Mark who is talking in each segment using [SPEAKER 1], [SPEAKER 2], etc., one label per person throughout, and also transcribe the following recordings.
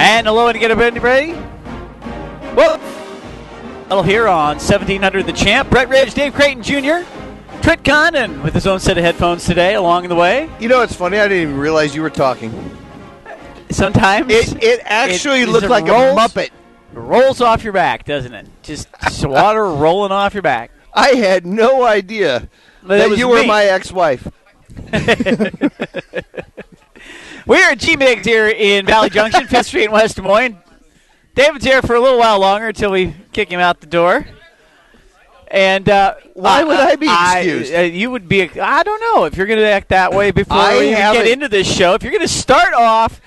[SPEAKER 1] And Aloha to get a bit ready. Whoa! Battle here on 1700 The Champ. Brett Ridge, Dave Creighton Jr., Trent Condon with his own set of headphones today along the way.
[SPEAKER 2] You know, it's funny. I didn't even realize you were talking.
[SPEAKER 1] Sometimes
[SPEAKER 2] It it actually
[SPEAKER 1] it
[SPEAKER 2] looked like a
[SPEAKER 1] rolls-
[SPEAKER 2] muppet.
[SPEAKER 1] rolls off your back, doesn't it? Just, just water rolling off your back.
[SPEAKER 2] I had no idea
[SPEAKER 1] But it
[SPEAKER 2] that
[SPEAKER 1] was
[SPEAKER 2] you were
[SPEAKER 1] me.
[SPEAKER 2] my ex-wife.
[SPEAKER 1] We are at G-Mix here in Valley Junction, 5th Street in West Des Moines. David's here for a little while longer until we kick him out the door. And uh,
[SPEAKER 2] Why would I be excused?
[SPEAKER 1] uh, you would be. I don't know if you're going to act that way before
[SPEAKER 2] I
[SPEAKER 1] we even get
[SPEAKER 2] haven't-
[SPEAKER 1] into this show. If you're going to start off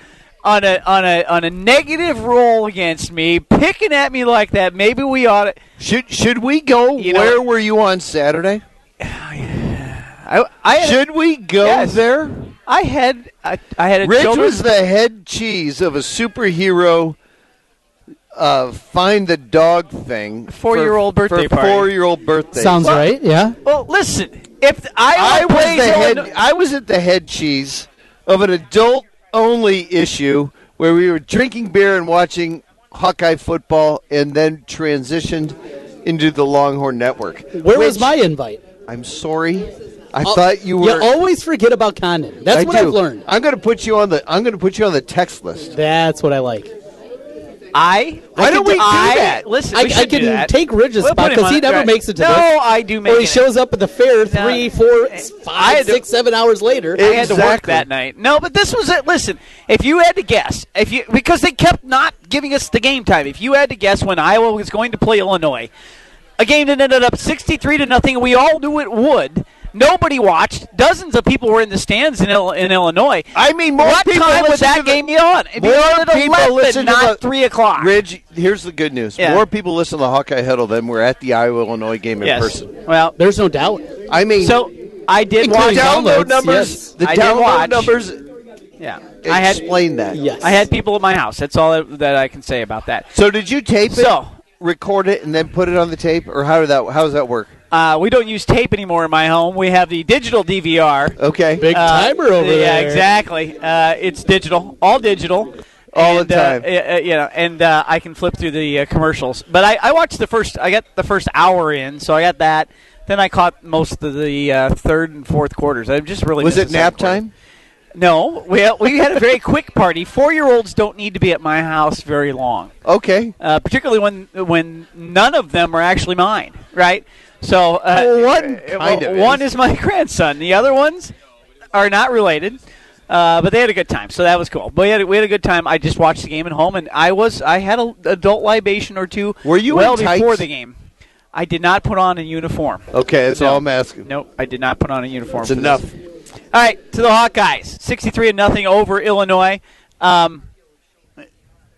[SPEAKER 1] on a on a on a negative roll against me, picking at me like that, maybe we ought to.
[SPEAKER 2] Should should we go?
[SPEAKER 1] You know-
[SPEAKER 2] where were you on Saturday?
[SPEAKER 1] I I had,
[SPEAKER 2] Should we go
[SPEAKER 1] Yes.
[SPEAKER 2] there?
[SPEAKER 1] I had I, I had a
[SPEAKER 2] Rich
[SPEAKER 1] children's-
[SPEAKER 2] was the head cheese of a superhero uh, find the dog thing.
[SPEAKER 1] Four-year-old
[SPEAKER 2] for-
[SPEAKER 1] birthday
[SPEAKER 2] for
[SPEAKER 1] party.
[SPEAKER 2] Four-year-old birthday.
[SPEAKER 3] Sounds
[SPEAKER 1] Well-
[SPEAKER 3] right, yeah.
[SPEAKER 1] Well, listen. If I,
[SPEAKER 2] I was
[SPEAKER 1] plays
[SPEAKER 2] the head.
[SPEAKER 1] Illinois-
[SPEAKER 2] I was at the head cheese of an adult-only issue where we were drinking beer and watching Hawkeye football, and then transitioned into the Longhorn Network.
[SPEAKER 3] Where was
[SPEAKER 2] which-
[SPEAKER 3] my invite?
[SPEAKER 2] I'm sorry. I thought you were.
[SPEAKER 3] You always forget about Condon. That's
[SPEAKER 2] I
[SPEAKER 3] what
[SPEAKER 2] do.
[SPEAKER 3] I've learned.
[SPEAKER 2] I'm going to put you on the. I'm going to put you on the text list.
[SPEAKER 3] That's what I like.
[SPEAKER 1] I
[SPEAKER 2] Why
[SPEAKER 1] I
[SPEAKER 2] don't
[SPEAKER 1] could-
[SPEAKER 2] we do
[SPEAKER 1] I-
[SPEAKER 2] that?
[SPEAKER 1] Listen,
[SPEAKER 3] I,
[SPEAKER 1] we
[SPEAKER 3] I
[SPEAKER 1] should do
[SPEAKER 3] can
[SPEAKER 1] that.
[SPEAKER 3] take Ridge's
[SPEAKER 1] We'll
[SPEAKER 3] spot
[SPEAKER 1] put him
[SPEAKER 3] because he
[SPEAKER 1] on-
[SPEAKER 3] never
[SPEAKER 1] right.
[SPEAKER 3] makes it to
[SPEAKER 1] no,
[SPEAKER 3] this.
[SPEAKER 1] I do make
[SPEAKER 3] Or he
[SPEAKER 1] it.
[SPEAKER 3] shows up at the fair
[SPEAKER 1] No.
[SPEAKER 3] three, four,
[SPEAKER 1] I had
[SPEAKER 3] five,
[SPEAKER 1] to-
[SPEAKER 3] six, seven hours later.
[SPEAKER 1] I had to work
[SPEAKER 2] Exactly.
[SPEAKER 1] that night. No, but this was it. Listen, if you had to guess, if you because they kept not giving us the game time. If you had to guess when Iowa was going to play Illinois, a game that ended up sixty-three to nothing, and we all knew it would. Nobody watched. Dozens of people were in the stands in, Ill- in Illinois.
[SPEAKER 2] I mean, more
[SPEAKER 1] what
[SPEAKER 2] people
[SPEAKER 1] time would
[SPEAKER 2] listen
[SPEAKER 1] that
[SPEAKER 2] to the-
[SPEAKER 1] game be on? It'd be
[SPEAKER 2] More
[SPEAKER 1] on at
[SPEAKER 2] people
[SPEAKER 1] 11,
[SPEAKER 2] listen to
[SPEAKER 1] not
[SPEAKER 2] the-
[SPEAKER 1] three o'clock.
[SPEAKER 2] Ridge, here's the good news.
[SPEAKER 1] Yeah.
[SPEAKER 2] More people listen to the Hawkeye Huddle than were at the Iowa Illinois game in
[SPEAKER 1] yes.
[SPEAKER 2] person.
[SPEAKER 1] Well,
[SPEAKER 3] There's no doubt.
[SPEAKER 2] I mean,
[SPEAKER 1] so I did
[SPEAKER 2] the
[SPEAKER 1] watch.
[SPEAKER 3] Including
[SPEAKER 2] download
[SPEAKER 3] downloads,
[SPEAKER 2] numbers.
[SPEAKER 3] yes.
[SPEAKER 2] The
[SPEAKER 1] I did
[SPEAKER 2] download
[SPEAKER 1] watch.
[SPEAKER 2] numbers
[SPEAKER 1] Yeah, I had
[SPEAKER 2] explain that.
[SPEAKER 3] Yes.
[SPEAKER 1] I had people at my house. That's all that- that I can say about that.
[SPEAKER 2] So did you tape it,
[SPEAKER 1] So-
[SPEAKER 2] record it, and then put it on the tape, or how did that? How does that work?
[SPEAKER 1] Uh, we don't use tape anymore in my home. We have the digital DVR.
[SPEAKER 2] Okay.
[SPEAKER 3] Big
[SPEAKER 1] Uh,
[SPEAKER 3] timer over
[SPEAKER 1] yeah,
[SPEAKER 3] there.
[SPEAKER 1] exactly. Uh, it's digital, all digital,
[SPEAKER 2] All the
[SPEAKER 1] And, uh,
[SPEAKER 2] time.
[SPEAKER 1] uh, uh, you know, and uh, I can flip through the uh, commercials. But I, I watched the first. I got the first hour in, so I got that. Then I caught most of the uh, third and fourth quarters. I just really
[SPEAKER 2] was
[SPEAKER 1] missed
[SPEAKER 2] it
[SPEAKER 1] the second
[SPEAKER 2] nap
[SPEAKER 1] quarter.
[SPEAKER 2] time?
[SPEAKER 1] No. Well, we had a very quick party. Four year olds don't need to be at my house very long.
[SPEAKER 2] Okay.
[SPEAKER 1] uh, particularly when when none of them are actually mine, right? So uh,
[SPEAKER 2] One
[SPEAKER 1] uh,
[SPEAKER 2] kind of
[SPEAKER 1] one
[SPEAKER 2] is.
[SPEAKER 1] is my grandson. The other ones are not related, uh, but they had a good time, so that was cool. But we had, a- we had a good time. I just watched the game at home, and I was I had a adult libation or two.
[SPEAKER 2] Were you
[SPEAKER 1] well
[SPEAKER 2] in tights?
[SPEAKER 1] before the game? I did not put on a uniform.
[SPEAKER 2] Okay, that's
[SPEAKER 1] No.
[SPEAKER 2] all I'm asking.
[SPEAKER 1] Nope, I did not put on a uniform.
[SPEAKER 2] It's
[SPEAKER 1] for this.
[SPEAKER 2] enough.
[SPEAKER 1] All right, to the Hawkeyes, sixty-three and nothing over Illinois. Um,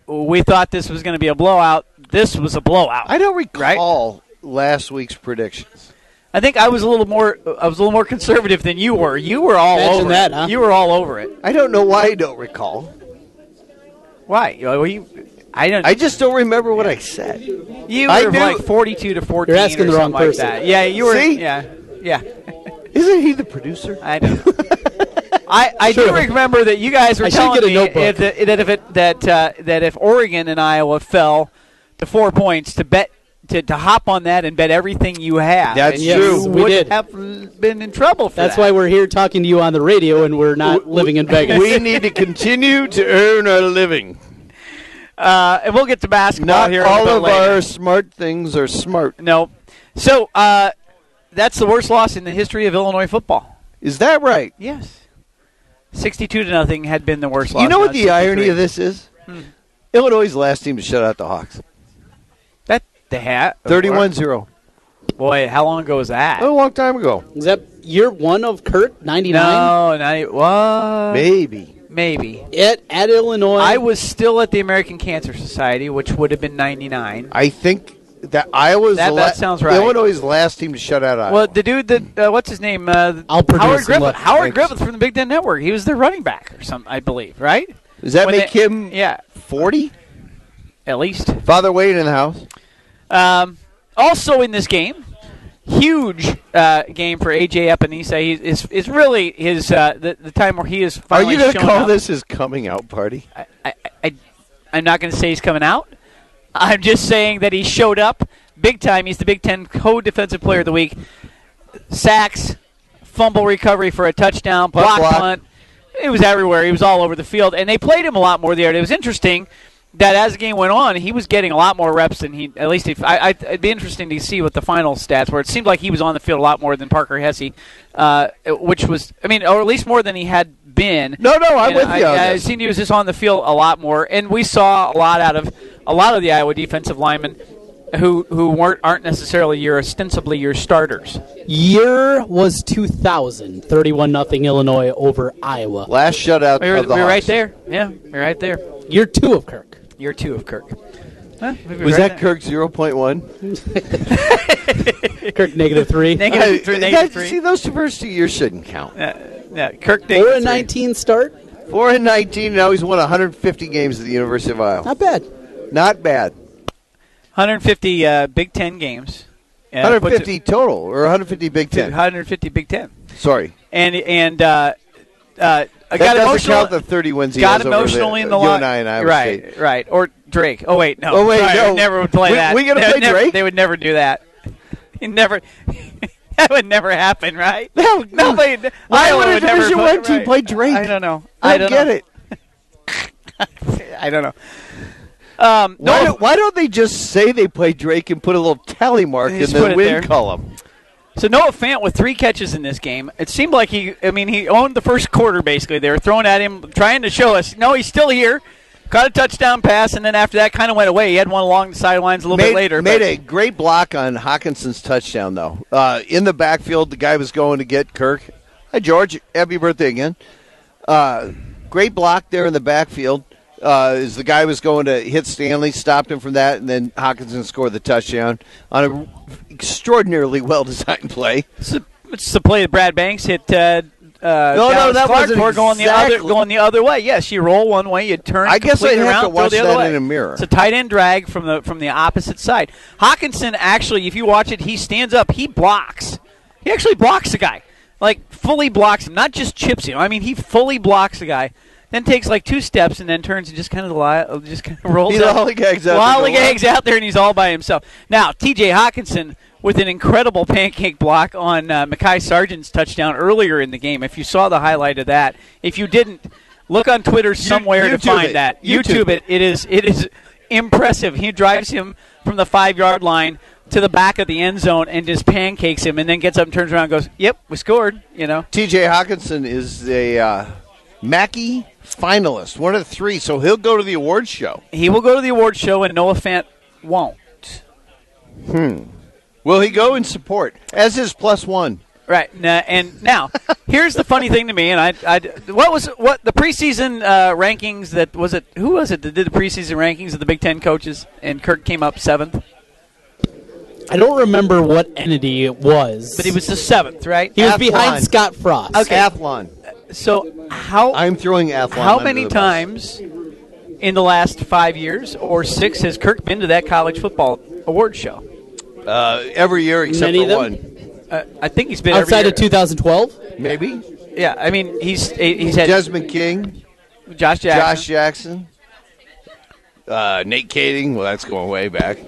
[SPEAKER 1] we thought this was going to be a blowout. This was a blowout.
[SPEAKER 2] I don't recall last week's predictions.
[SPEAKER 1] I think I was a little more I was a little more conservative than you were. You were all
[SPEAKER 3] Imagine
[SPEAKER 1] over
[SPEAKER 3] that,
[SPEAKER 1] it.
[SPEAKER 3] huh?
[SPEAKER 1] You were all over it.
[SPEAKER 2] I don't know why I don't recall.
[SPEAKER 1] Why? You know, you- I don't.
[SPEAKER 2] I just don't remember what I said.
[SPEAKER 1] you
[SPEAKER 2] I
[SPEAKER 1] were
[SPEAKER 2] knew-
[SPEAKER 1] like forty-two to 14
[SPEAKER 3] You're asking the
[SPEAKER 1] or
[SPEAKER 3] wrong
[SPEAKER 1] something like
[SPEAKER 3] person.
[SPEAKER 1] that. Yeah, you were.
[SPEAKER 2] See?
[SPEAKER 1] Yeah, yeah.
[SPEAKER 2] Isn't he the producer?
[SPEAKER 1] I don't. know. I, I do
[SPEAKER 3] Sure.
[SPEAKER 1] remember that you guys were
[SPEAKER 3] I should
[SPEAKER 1] telling
[SPEAKER 3] get a
[SPEAKER 1] me
[SPEAKER 3] notebook.
[SPEAKER 1] if the, that if it that uh, that if Oregon and Iowa fell to four points to bet to, to hop on that and bet everything you have.
[SPEAKER 2] That's
[SPEAKER 1] and
[SPEAKER 3] Yes,
[SPEAKER 2] true.
[SPEAKER 1] You
[SPEAKER 3] we
[SPEAKER 1] would
[SPEAKER 3] did.
[SPEAKER 1] have been in trouble for
[SPEAKER 3] That's
[SPEAKER 1] that.
[SPEAKER 3] why we're here talking to you on the radio and we're not living in Vegas.
[SPEAKER 2] we need to continue to earn our living.
[SPEAKER 1] Uh, and we'll get to basketball
[SPEAKER 2] Not
[SPEAKER 1] here. in a
[SPEAKER 2] all
[SPEAKER 1] bit
[SPEAKER 2] of
[SPEAKER 1] later.
[SPEAKER 2] our smart things are smart.
[SPEAKER 1] No. So uh, that's the worst loss in the history of Illinois football.
[SPEAKER 2] Is that right?
[SPEAKER 1] Yes. 62 to nothing had been the worst loss.
[SPEAKER 2] you know
[SPEAKER 1] now
[SPEAKER 2] what
[SPEAKER 1] it's
[SPEAKER 2] the irony
[SPEAKER 1] 63.
[SPEAKER 2] of this is?
[SPEAKER 1] Hmm.
[SPEAKER 2] Illinois is the last team to shut out the Hawks.
[SPEAKER 1] That the hat.
[SPEAKER 2] 31 0.
[SPEAKER 1] Boy, how long ago was that?
[SPEAKER 2] A long time ago.
[SPEAKER 3] Is that year one of Kurt, 99?
[SPEAKER 1] no, not well,
[SPEAKER 2] Maybe.
[SPEAKER 1] maybe.
[SPEAKER 3] At, at Illinois.
[SPEAKER 1] I was still at the American Cancer Society, which would have been 99.
[SPEAKER 2] I think that Iowa's
[SPEAKER 1] That-
[SPEAKER 2] the la-
[SPEAKER 1] that sounds right.
[SPEAKER 2] Illinois is the last team to shut out Iowa.
[SPEAKER 1] Well, the dude that uh, what's his name? Uh,
[SPEAKER 3] I'll produce
[SPEAKER 1] Howard
[SPEAKER 3] and
[SPEAKER 1] Griffith.
[SPEAKER 3] look.
[SPEAKER 1] Howard
[SPEAKER 2] Thanks.
[SPEAKER 1] Griffith from the Big Ten Network. He was their running back or something, I believe. Right?
[SPEAKER 2] Does that
[SPEAKER 1] When
[SPEAKER 2] make
[SPEAKER 1] they-
[SPEAKER 2] him
[SPEAKER 1] Yeah,
[SPEAKER 2] 40?
[SPEAKER 1] at least.
[SPEAKER 2] Father Wade in the house.
[SPEAKER 1] Um, also in this game, huge uh, game for AJ Epinesa. He is is really his uh, the, the time where he is
[SPEAKER 2] Are
[SPEAKER 1] finally.
[SPEAKER 2] you going to
[SPEAKER 1] shown
[SPEAKER 2] call
[SPEAKER 1] up.
[SPEAKER 2] this his coming out party?
[SPEAKER 1] I, I, I, I'm not going to say he's coming out. I'm just saying that he showed up big time. He's the Big Ten co-defensive player of the week. Sacks, fumble recovery for a touchdown, block,
[SPEAKER 2] block.
[SPEAKER 1] punt. It was everywhere. He was all over the field, and they played him a lot more the other day. It was interesting that as the game went on, he was getting a lot more reps than he. At least, if, I, I, it'd be interesting to see what the final stats were. It seemed like he was on the field a lot more than Parker Hesse, uh, which was, I mean, or at least more than he had been.
[SPEAKER 2] No, no, I'm
[SPEAKER 1] And
[SPEAKER 2] with
[SPEAKER 1] I,
[SPEAKER 2] you on
[SPEAKER 1] I,
[SPEAKER 2] this.
[SPEAKER 1] seemed he was just on the field a lot more, and we saw a lot out of a lot of the Iowa defensive linemen who who weren't aren't necessarily your ostensibly your starters.
[SPEAKER 3] Year was 2000, 31 nothing Illinois over Iowa.
[SPEAKER 2] Last shutout
[SPEAKER 1] We were,
[SPEAKER 2] of the
[SPEAKER 1] we were right
[SPEAKER 2] Hawks.
[SPEAKER 1] there. Yeah, we were right there.
[SPEAKER 3] Year two of Kirk.
[SPEAKER 1] Year two of Kirk. Huh? We were
[SPEAKER 2] Was
[SPEAKER 1] right
[SPEAKER 2] that
[SPEAKER 1] there.
[SPEAKER 2] Kirk 0.1?
[SPEAKER 3] Kirk negative three.
[SPEAKER 1] Negative three,
[SPEAKER 2] Uh, that-
[SPEAKER 1] negative three.
[SPEAKER 2] See, those first two years shouldn't count.
[SPEAKER 1] Uh, yeah, Kirk
[SPEAKER 3] Four
[SPEAKER 1] negative
[SPEAKER 3] and
[SPEAKER 1] three.
[SPEAKER 3] 19 start.
[SPEAKER 2] 4 and 19, now he's won 150 games at the University of Iowa.
[SPEAKER 3] Not bad.
[SPEAKER 2] Not bad.
[SPEAKER 1] 150 uh, Big Ten games. Uh, puts
[SPEAKER 2] 150
[SPEAKER 1] it
[SPEAKER 2] total, or 150 Big
[SPEAKER 1] to
[SPEAKER 2] Ten.
[SPEAKER 1] 150 Big Ten.
[SPEAKER 2] Sorry.
[SPEAKER 1] And and uh, uh, I
[SPEAKER 2] That
[SPEAKER 1] got
[SPEAKER 2] doesn't
[SPEAKER 1] emotional.
[SPEAKER 2] count the 30 wins he
[SPEAKER 1] got
[SPEAKER 2] has over
[SPEAKER 1] emotionally in the
[SPEAKER 2] you
[SPEAKER 1] line.
[SPEAKER 2] and I and Iowa
[SPEAKER 1] right,
[SPEAKER 2] State.
[SPEAKER 1] right. Or Drake. Oh wait, no.
[SPEAKER 2] Oh, wait,
[SPEAKER 1] Sorry,
[SPEAKER 2] no.
[SPEAKER 1] I never would play
[SPEAKER 2] We-
[SPEAKER 1] that.
[SPEAKER 2] we gonna
[SPEAKER 1] They would
[SPEAKER 2] play
[SPEAKER 1] never-
[SPEAKER 2] Drake?
[SPEAKER 1] They would never do that. It never. that would never happen, right?
[SPEAKER 2] No, no.
[SPEAKER 1] Nobody.
[SPEAKER 2] Why
[SPEAKER 1] Iowa
[SPEAKER 2] would a
[SPEAKER 1] never
[SPEAKER 2] Division
[SPEAKER 1] play-
[SPEAKER 2] One team
[SPEAKER 1] right.
[SPEAKER 2] play Drake?
[SPEAKER 1] I don't know.
[SPEAKER 2] I
[SPEAKER 1] I
[SPEAKER 2] don't
[SPEAKER 1] don't
[SPEAKER 2] get
[SPEAKER 1] know.
[SPEAKER 2] it.
[SPEAKER 1] I don't know. Um,
[SPEAKER 2] Why,
[SPEAKER 1] no,
[SPEAKER 2] don't, why don't they just say they play Drake and put a little tally mark
[SPEAKER 1] They
[SPEAKER 2] in
[SPEAKER 1] just
[SPEAKER 2] the
[SPEAKER 1] put
[SPEAKER 2] win
[SPEAKER 1] it there.
[SPEAKER 2] column?
[SPEAKER 1] So Noah Fant with three catches in this game. It seemed like he, I mean, he owned the first quarter basically. They were throwing at him, trying to show us, no, he's still here. Caught a touchdown pass, and then after that, kind of went away. He had one along the sidelines a little
[SPEAKER 2] Made,
[SPEAKER 1] bit later.
[SPEAKER 2] made
[SPEAKER 1] but-
[SPEAKER 2] a great block on Hawkinson's touchdown though. Uh, in the backfield, the guy was going to get Kirk. Hi George, happy birthday again. Uh, great block there in the backfield. Uh, as the guy was going to hit Stanley, stopped him from that, and then Hawkinson scored the touchdown on an extraordinarily well designed play.
[SPEAKER 1] It's the- It's the play that Brad Banks hit. Uh, uh,
[SPEAKER 2] no,
[SPEAKER 1] Dallas
[SPEAKER 2] that
[SPEAKER 1] Clark
[SPEAKER 2] wasn't
[SPEAKER 1] for going the
[SPEAKER 2] exactly-
[SPEAKER 1] other going the other way. Yes, you roll one way, you turn.
[SPEAKER 2] I guess
[SPEAKER 1] completely
[SPEAKER 2] I'd have
[SPEAKER 1] around,
[SPEAKER 2] to
[SPEAKER 1] throw
[SPEAKER 2] watch
[SPEAKER 1] the other
[SPEAKER 2] that
[SPEAKER 1] way.
[SPEAKER 2] in a mirror.
[SPEAKER 1] It's a tight end drag from the from the opposite side. Hawkinson actually, if you watch it, he stands up, he blocks. He actually blocks the guy, like fully blocks him, not just chips him. I mean, he fully blocks the guy. Then takes like two steps and then turns and just kind of li- just kind of rolls.
[SPEAKER 2] He
[SPEAKER 1] up.
[SPEAKER 2] lollygags out to the
[SPEAKER 1] Lollygags out there and he's all by himself. Now, TJ Hawkinson with an incredible pancake block on uh, Mackay Sargent's touchdown earlier in the game. If you saw the highlight of that, if you didn't, look on Twitter somewhere
[SPEAKER 2] YouTube
[SPEAKER 1] to find
[SPEAKER 2] it.
[SPEAKER 1] that.
[SPEAKER 2] YouTube
[SPEAKER 1] YouTube it. It is it is impressive. He drives him from the five yard line to the back of the end zone and just pancakes him, and then gets up and turns around and goes, "Yep, we scored." You know.
[SPEAKER 2] TJ Hawkinson is a uh, Mackey finalist, one of the three, so he'll go to the awards show.
[SPEAKER 1] He will go to the award show, and Noah Fant won't.
[SPEAKER 2] Hmm. Will he go in support as his plus one?
[SPEAKER 1] Right, n- and now here's the funny thing to me, and I, I- what was what the preseason uh, rankings that was it? Who was it that did the preseason rankings of the Big Ten coaches? And Kirk came up seventh,
[SPEAKER 3] I don't remember what entity it was.
[SPEAKER 1] but he was the seventh, right?
[SPEAKER 3] He was
[SPEAKER 2] Athlon.
[SPEAKER 3] behind Scott Frost.
[SPEAKER 1] Okay.
[SPEAKER 2] Athlon.
[SPEAKER 1] So how
[SPEAKER 2] I'm throwing Athlon.
[SPEAKER 1] how
[SPEAKER 2] under
[SPEAKER 1] many
[SPEAKER 2] the bus.
[SPEAKER 1] times in the last five years or six has Kirk been to that college football award show?
[SPEAKER 2] Uh, every year except
[SPEAKER 3] Many
[SPEAKER 2] for
[SPEAKER 3] of them?
[SPEAKER 2] one.
[SPEAKER 1] Uh, I think he's been every
[SPEAKER 3] Outside of
[SPEAKER 1] year.
[SPEAKER 3] 2012,
[SPEAKER 2] Maybe.
[SPEAKER 1] Yeah, I mean he's he's had
[SPEAKER 2] Desmond King,
[SPEAKER 1] Josh Jackson.
[SPEAKER 2] Josh Jackson, uh, Nate Kading. Well, that's going way back.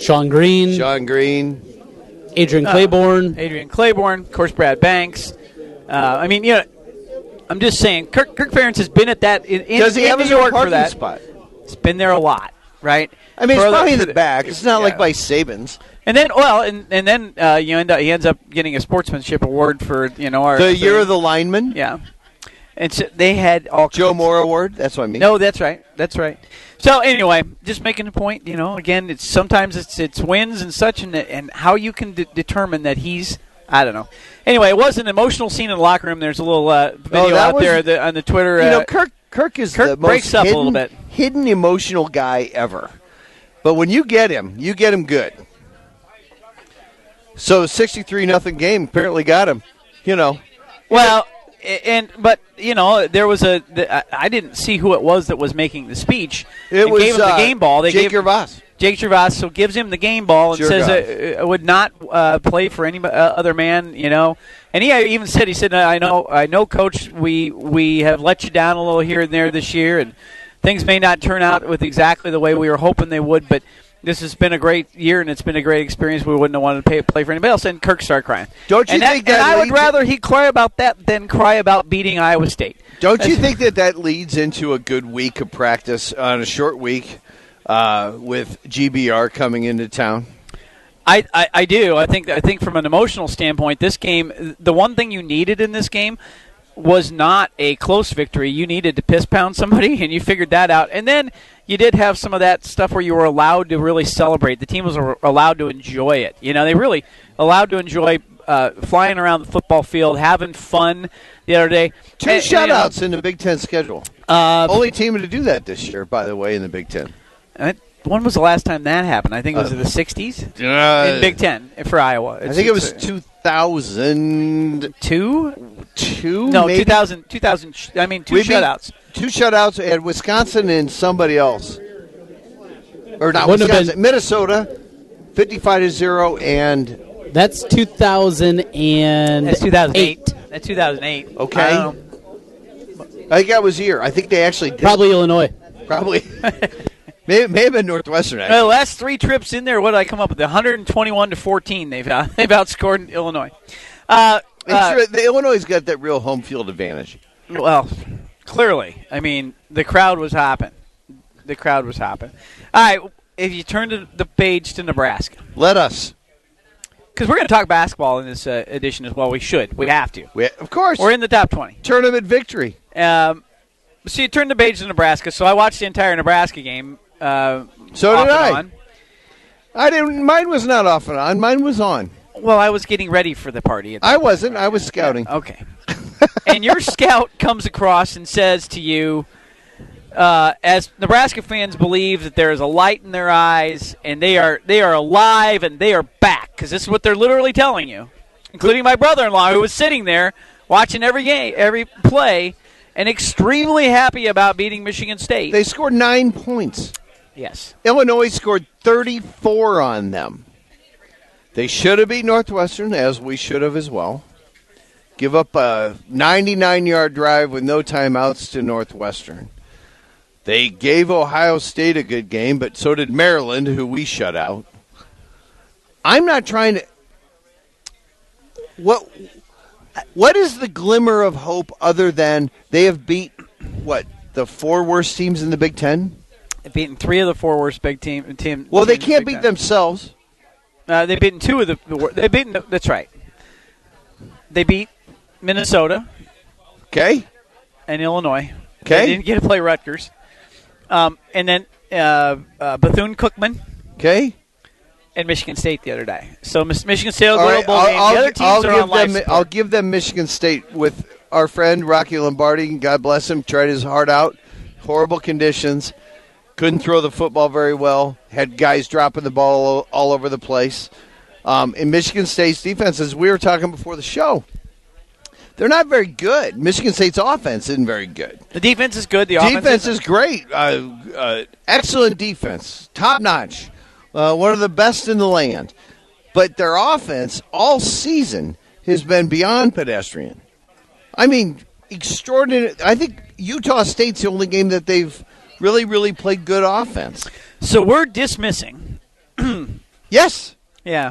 [SPEAKER 3] Sean Green,
[SPEAKER 2] John Green.
[SPEAKER 3] Adrian Claiborne.
[SPEAKER 1] Uh, Adrian Claiborne, of course, Brad Banks. Uh, I mean, you know, I'm just saying, Kirk, Kirk Ferentz has been at that in, in,
[SPEAKER 2] Does he
[SPEAKER 1] in
[SPEAKER 2] have
[SPEAKER 1] New
[SPEAKER 2] his own
[SPEAKER 1] York for
[SPEAKER 2] parking
[SPEAKER 1] that.
[SPEAKER 2] spot?
[SPEAKER 1] It's been there a lot, right?
[SPEAKER 2] I mean,
[SPEAKER 1] For
[SPEAKER 2] it's
[SPEAKER 1] the-
[SPEAKER 2] probably in
[SPEAKER 1] for
[SPEAKER 2] the back. It's not like
[SPEAKER 1] yeah.
[SPEAKER 2] by Sabins.
[SPEAKER 1] And then, well, and and then uh, you end up he ends up getting a sportsmanship award for you know our
[SPEAKER 2] The year of the lineman.
[SPEAKER 1] yeah. And so they had all
[SPEAKER 2] Joe
[SPEAKER 1] kinds-
[SPEAKER 2] Moore Award. That's what I mean.
[SPEAKER 1] No, that's right. That's right. So anyway, just making a point. You know, again, it's sometimes it's it's wins and such, and and how you can de- determine that he's. I don't know. Anyway, it was an emotional scene in the locker room. There's a little uh, video
[SPEAKER 2] Oh, that
[SPEAKER 1] out
[SPEAKER 2] was-
[SPEAKER 1] there the, on the Twitter.
[SPEAKER 2] You
[SPEAKER 1] uh,
[SPEAKER 2] know, Kirk Kirk is
[SPEAKER 1] Kirk
[SPEAKER 2] the
[SPEAKER 1] breaks
[SPEAKER 2] most
[SPEAKER 1] up a
[SPEAKER 2] hidden,
[SPEAKER 1] little bit.
[SPEAKER 2] hidden emotional guy ever. But when you get him, you get him good. So sixty-three nothing game apparently got him. You know,
[SPEAKER 1] Well, a- and but you know there was a the, I- I didn't see who it was that was making the speech.
[SPEAKER 2] it
[SPEAKER 1] they
[SPEAKER 2] was
[SPEAKER 1] gave him the
[SPEAKER 2] uh,
[SPEAKER 1] game ball. They
[SPEAKER 2] Jake
[SPEAKER 1] gave
[SPEAKER 2] Gervais.
[SPEAKER 1] Jake Gervais so gives him the game ball and
[SPEAKER 2] Gervais.
[SPEAKER 1] says, uh, uh, "Would not uh, play for any uh, other man," you know. And he uh, even said, "He said, I know, I know, coach. We we have let you down a little here and there this year, and things may not turn out with exactly the way we were hoping they would, but this has been a great year and it's been a great experience. We wouldn't have wanted to pay, play for anybody else. And Kirk started crying.
[SPEAKER 2] Don't you
[SPEAKER 1] And
[SPEAKER 2] think that
[SPEAKER 1] And I would
[SPEAKER 2] leads-
[SPEAKER 1] rather he cry about that than cry about beating Iowa State.
[SPEAKER 2] Don't you think that that leads into a good week of practice on a short week uh, with GBR coming into town?
[SPEAKER 1] I, I, I do. I think I think from an emotional standpoint, this game, the one thing you needed in this game was not a close victory. You needed to piss pound somebody, and you figured that out. And then you did have some of that stuff where you were allowed to really celebrate. The team was a- allowed to enjoy it. You know, they really allowed to enjoy uh, flying around the football field, having fun the other day.
[SPEAKER 2] Two
[SPEAKER 1] And- and, you know,
[SPEAKER 2] shutouts in the Big Ten schedule.
[SPEAKER 1] Uh,
[SPEAKER 2] Only team to do that this year, by the way, in the Big Ten. Uh,
[SPEAKER 1] Uh, When was the last time that happened? I think it was in the 60s in Big Ten for Iowa.
[SPEAKER 2] I think it was 2002,
[SPEAKER 1] two. No,
[SPEAKER 2] maybe?
[SPEAKER 1] 2000, 2000 sh- I mean, two
[SPEAKER 2] We beat-
[SPEAKER 1] shutouts.
[SPEAKER 2] Two shutouts and Wisconsin and somebody else. Or not
[SPEAKER 3] Wouldn't have
[SPEAKER 2] Wisconsin, Minnesota, 55 to 0 and
[SPEAKER 3] That's 2000 and
[SPEAKER 1] That's 2008. That's 2008.
[SPEAKER 2] Okay.
[SPEAKER 1] I don't know.
[SPEAKER 2] I think that was the year. I think they actually did
[SPEAKER 3] Probably Illinois.
[SPEAKER 2] probably may, may have been Northwestern actually.
[SPEAKER 1] Uh, last three trips in there, what did I come up with? 121 to 14. They've uh, they've outscored Illinois. Uh,
[SPEAKER 2] Make
[SPEAKER 1] uh,
[SPEAKER 2] sure the Illinois got that real home field advantage.
[SPEAKER 1] Well, clearly, I mean, the crowd was hopping. The crowd was hopping. All right, if you turn to the page to Nebraska,
[SPEAKER 2] Let us.
[SPEAKER 1] because we're going to talk basketball in this uh, edition as well. We should. We have to.
[SPEAKER 2] We, of course.
[SPEAKER 1] We're in the top 20.
[SPEAKER 2] tournament victory.
[SPEAKER 1] Um, so you turned the page to Nebraska. So I watched the entire Nebraska game. Uh,
[SPEAKER 2] So
[SPEAKER 1] off
[SPEAKER 2] did
[SPEAKER 1] and
[SPEAKER 2] I.
[SPEAKER 1] on.
[SPEAKER 2] I didn't. Mine was not off and on. Mine was on.
[SPEAKER 1] Well, I was getting ready for the party. At
[SPEAKER 2] I wasn't. I was scouting.
[SPEAKER 1] okay. and your scout comes across and says to you, uh, as Nebraska fans believe that there is a light in their eyes and they are they are alive and they are back because this is what they're literally telling you, including my brother-in-law who was sitting there watching every game, every play, and extremely happy about beating Michigan State.
[SPEAKER 2] They scored nine points.
[SPEAKER 1] yes.
[SPEAKER 2] Illinois scored 34 on them. They should have beat Northwestern, as we should have as well. Give up a 99 yard drive with no timeouts to Northwestern. They gave Ohio State a good game, but so did Maryland, who we shut out. I'm not trying to. What what is the glimmer of hope other than they have beat what the four worst teams in the Big Ten?
[SPEAKER 1] beaten three of the four worst big team. team
[SPEAKER 2] Well, they
[SPEAKER 1] teams
[SPEAKER 2] can't
[SPEAKER 1] big
[SPEAKER 2] beat
[SPEAKER 1] time.
[SPEAKER 2] themselves.
[SPEAKER 1] Uh, they've beaten two of the. the wor- They've beaten. The, that's right. They beat Minnesota
[SPEAKER 2] Okay.
[SPEAKER 1] and Illinois.
[SPEAKER 2] Okay.
[SPEAKER 1] They didn't get to play Rutgers. Um, and then uh, uh, Bethune Cookman
[SPEAKER 2] Okay.
[SPEAKER 1] and Michigan State the other day. So Mis- Michigan State will
[SPEAKER 2] All
[SPEAKER 1] go to
[SPEAKER 2] right,
[SPEAKER 1] a bowl game. the other teams
[SPEAKER 2] I'll
[SPEAKER 1] are
[SPEAKER 2] give
[SPEAKER 1] on life
[SPEAKER 2] them.
[SPEAKER 1] support.
[SPEAKER 2] I'll give them Michigan State with our friend Rocky Lombardi. and God bless him. Tried his heart out. Horrible conditions. Couldn't throw the football very well. Had guys dropping the ball all, all over the place. Um, and Michigan State's defense, as we were talking before the show, they're not very good. Michigan State's offense isn't very good.
[SPEAKER 1] the defense is good. The offense
[SPEAKER 2] defense is great. Uh, uh, excellent defense, top notch, uh, one of the best in the land. But their offense all season has been beyond pedestrian. I mean, extraordinary. I think Utah State's the only game that they've really, really played good offense.
[SPEAKER 1] So we're dismissing.
[SPEAKER 2] Yes.
[SPEAKER 1] Yeah.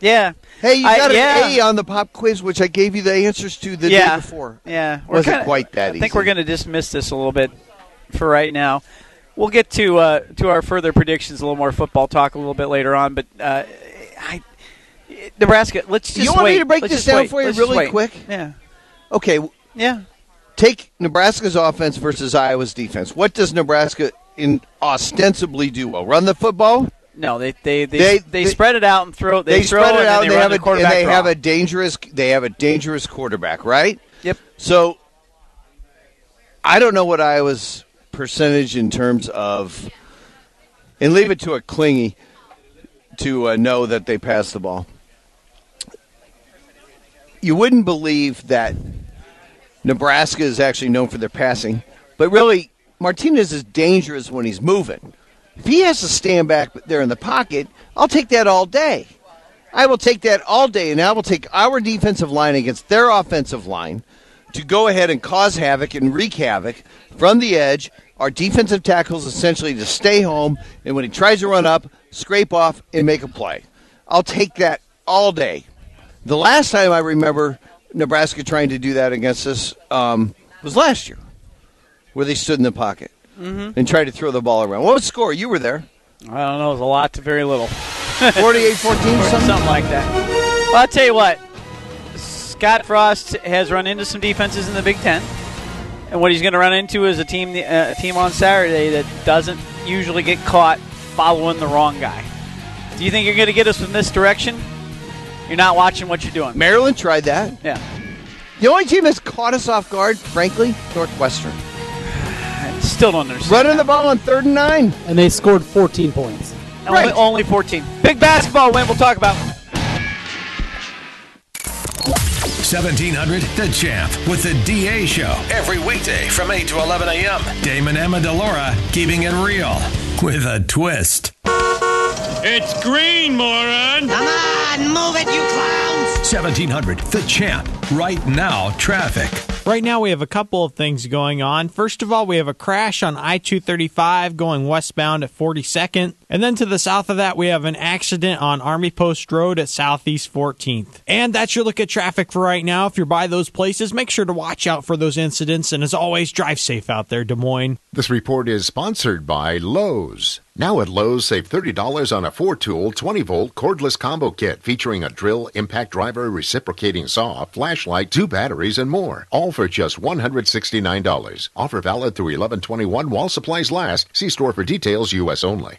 [SPEAKER 1] Yeah.
[SPEAKER 2] Hey, you
[SPEAKER 1] I-
[SPEAKER 2] got
[SPEAKER 1] yeah.
[SPEAKER 2] an A on the pop quiz, which I gave you the answers to the
[SPEAKER 1] yeah.
[SPEAKER 2] day before.
[SPEAKER 1] Yeah,
[SPEAKER 2] Wasn't quite that
[SPEAKER 1] I think
[SPEAKER 2] easy.
[SPEAKER 1] we're going to dismiss this a little bit for right now. We'll get to uh, to our further predictions, a little more football talk a little bit later on. But uh, I, Nebraska, let's just
[SPEAKER 2] You want me
[SPEAKER 1] wait.
[SPEAKER 2] to break
[SPEAKER 1] Let's
[SPEAKER 2] this
[SPEAKER 1] just
[SPEAKER 2] down
[SPEAKER 1] wait.
[SPEAKER 2] for you
[SPEAKER 1] Let's just
[SPEAKER 2] really
[SPEAKER 1] wait.
[SPEAKER 2] quick?
[SPEAKER 1] Yeah,
[SPEAKER 2] Okay,
[SPEAKER 1] yeah.
[SPEAKER 2] take Nebraska's offense versus Iowa's defense. What does Nebraska in ostensibly do well? Run the football.
[SPEAKER 1] No, they they they,
[SPEAKER 2] They-
[SPEAKER 1] they,
[SPEAKER 2] they-
[SPEAKER 1] spread it out and throw. They, throw
[SPEAKER 2] spread it
[SPEAKER 1] and
[SPEAKER 2] out.
[SPEAKER 1] Then
[SPEAKER 2] they
[SPEAKER 1] run
[SPEAKER 2] have
[SPEAKER 1] the
[SPEAKER 2] a and
[SPEAKER 1] quarterback
[SPEAKER 2] they
[SPEAKER 1] draw.
[SPEAKER 2] have a dangerous. They have a dangerous quarterback, right?
[SPEAKER 1] Yep.
[SPEAKER 2] So I don't know what Iowa's percentage in terms of, and leave it to a clingy to uh, know that they passed the ball. You wouldn't believe that Nebraska is actually known for their passing, but really Martinez is dangerous when he's moving. If he has to stand back there in the pocket, I'll take that all day. I will take that all day, and I will take our defensive line against their offensive line to go ahead and cause havoc and wreak havoc from the edge our defensive tackles essentially to stay home and when he tries to run up, scrape off and make a play. I'll take that all day. The last time I remember Nebraska trying to do that against us um, was last year, where they stood in the pocket
[SPEAKER 1] Mm-hmm.
[SPEAKER 2] and tried to throw the ball around. What was the score? You were there.
[SPEAKER 1] I don't know. It's a lot to very little.
[SPEAKER 2] 48 14, something?
[SPEAKER 1] something like that. Well, I'll tell you what. Scott Frost has run into some defenses in the Big Ten, and what he's going to run into is a team uh, a team on Saturday that doesn't usually get caught following the wrong guy. Do you think you're going to get us in this direction? You're not watching what you're doing.
[SPEAKER 2] Maryland tried that.
[SPEAKER 1] Yeah,
[SPEAKER 2] The only team that's caught us off guard, frankly, Northwestern.
[SPEAKER 1] I still don't understand.
[SPEAKER 2] Running the ball on third and nine.
[SPEAKER 3] And they scored 14 points.
[SPEAKER 1] Only,
[SPEAKER 2] Right.
[SPEAKER 1] only 14. Big basketball win. We'll talk about.
[SPEAKER 4] 1700 The Champ with the DA Show. Every weekday from 8 to 11 a.m. Damon Emma Delora keeping it real with a twist.
[SPEAKER 5] It's green, moron!
[SPEAKER 6] Come on, move it, you clowns!
[SPEAKER 4] 1700 The Champ. Right now, traffic.
[SPEAKER 7] Right now, we have a couple of things going on. First of all, we have a crash on I 235 going westbound at 42nd. And then to the south of that, we have an accident on Army Post Road at Southeast 14th. And that's your look at traffic for right now. If you're by those places, make sure to watch out for those incidents. And as always, drive safe out there, Des Moines.
[SPEAKER 8] This report is sponsored by Lowe's. Now at Lowe's, save $30 on a four tool, 20 volt cordless combo kit featuring a drill, impact driver, reciprocating saw, flashlight, two batteries, and more. All for just $169. Offer valid through 1121 while supplies last. See store for details, U.S. only.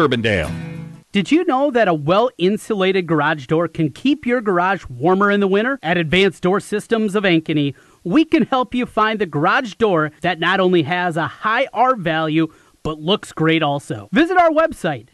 [SPEAKER 9] Urbandale.
[SPEAKER 10] Did you know that a well insulated garage door can keep your garage warmer in the winter? At Advanced Door Systems of Ankeny, we can help you find the garage door that not only has a high R value, but looks great also. Visit our website,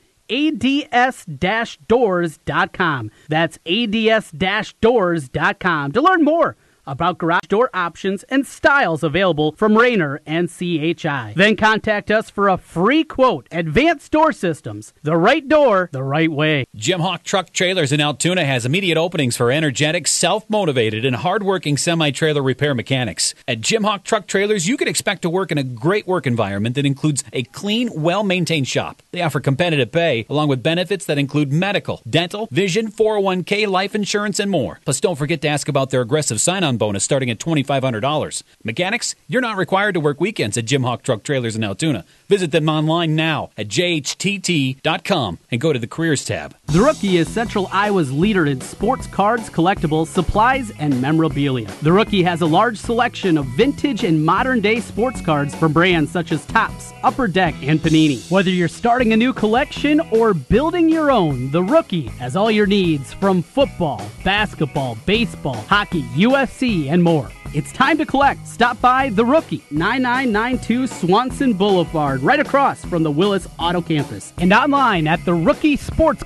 [SPEAKER 10] ads doors.com. That's ads doors.com to learn more about garage door options and styles available from Rainer and CHI. Then contact us for a free quote. Advanced Door Systems, the right door, the right way.
[SPEAKER 11] Jim Hawk Truck Trailers in Altoona has immediate openings for energetic, self motivated, and hardworking semi trailer repair mechanics. At Jim Hawk Truck Trailers, you can expect to work in a great work environment that includes a clean, well maintained shop. They offer competitive pay, along with benefits that include medical, dental, vision, 401k, life insurance, and more. Plus, don't forget to ask about their aggressive sign on bonus starting at $2,500. Mechanics, you're not required to work weekends at Jim Hawk Truck Trailers in Altoona. Visit them online now at jhtt.com and go to the careers tab.
[SPEAKER 10] The Rookie is Central Iowa's leader in sports cards, collectibles, supplies, and memorabilia. The Rookie has a large selection of vintage and modern day sports cards from brands such as Topps, Upper Deck, and Panini. Whether you're starting a new collection or building your own, The Rookie has all your needs from football, basketball, baseball, hockey, UFC, and more. It's time to collect. Stop by The Rookie, 9992 Swanson Boulevard, right across from the Willis Auto Campus, and online at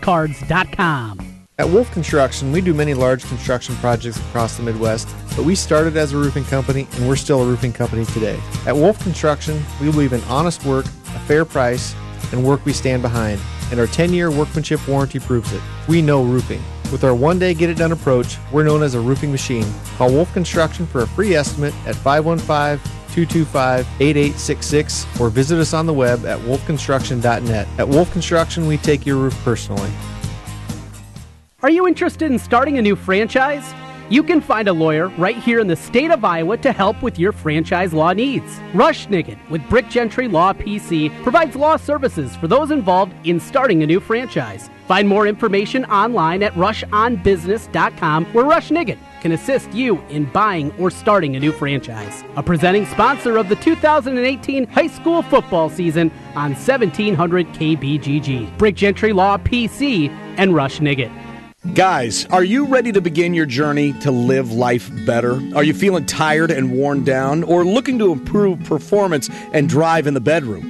[SPEAKER 10] therookiesportscards.com.
[SPEAKER 12] At Wolf Construction, we do many large construction projects across the Midwest, but we started as a roofing company and we're still a roofing company today. At Wolf Construction, we believe in honest work, a fair price, and work we stand behind. And our 10 year workmanship warranty proves it. We know roofing. With our one day get it done approach, we're known as a roofing machine. Call Wolf Construction for a free estimate at 515 225 8866 or visit us on the web at wolfconstruction.net. At Wolf Construction, we take your roof personally.
[SPEAKER 10] Are you interested in starting a new franchise? You can find a lawyer right here in the state of Iowa to help with your franchise law needs. Rush Niggett with Brick Gentry Law PC provides law services for those involved in starting a new franchise. Find more information online at rushonbusiness.com where Rush Niggett can assist you in buying or starting a new franchise. A presenting sponsor of the 2018 high school football season on 1700 KBGG. Brick Gentry Law PC and Rush Niggett.
[SPEAKER 13] Guys, are you ready to begin your journey to live life better? Are you feeling tired and worn down, or looking to improve performance and drive in the bedroom?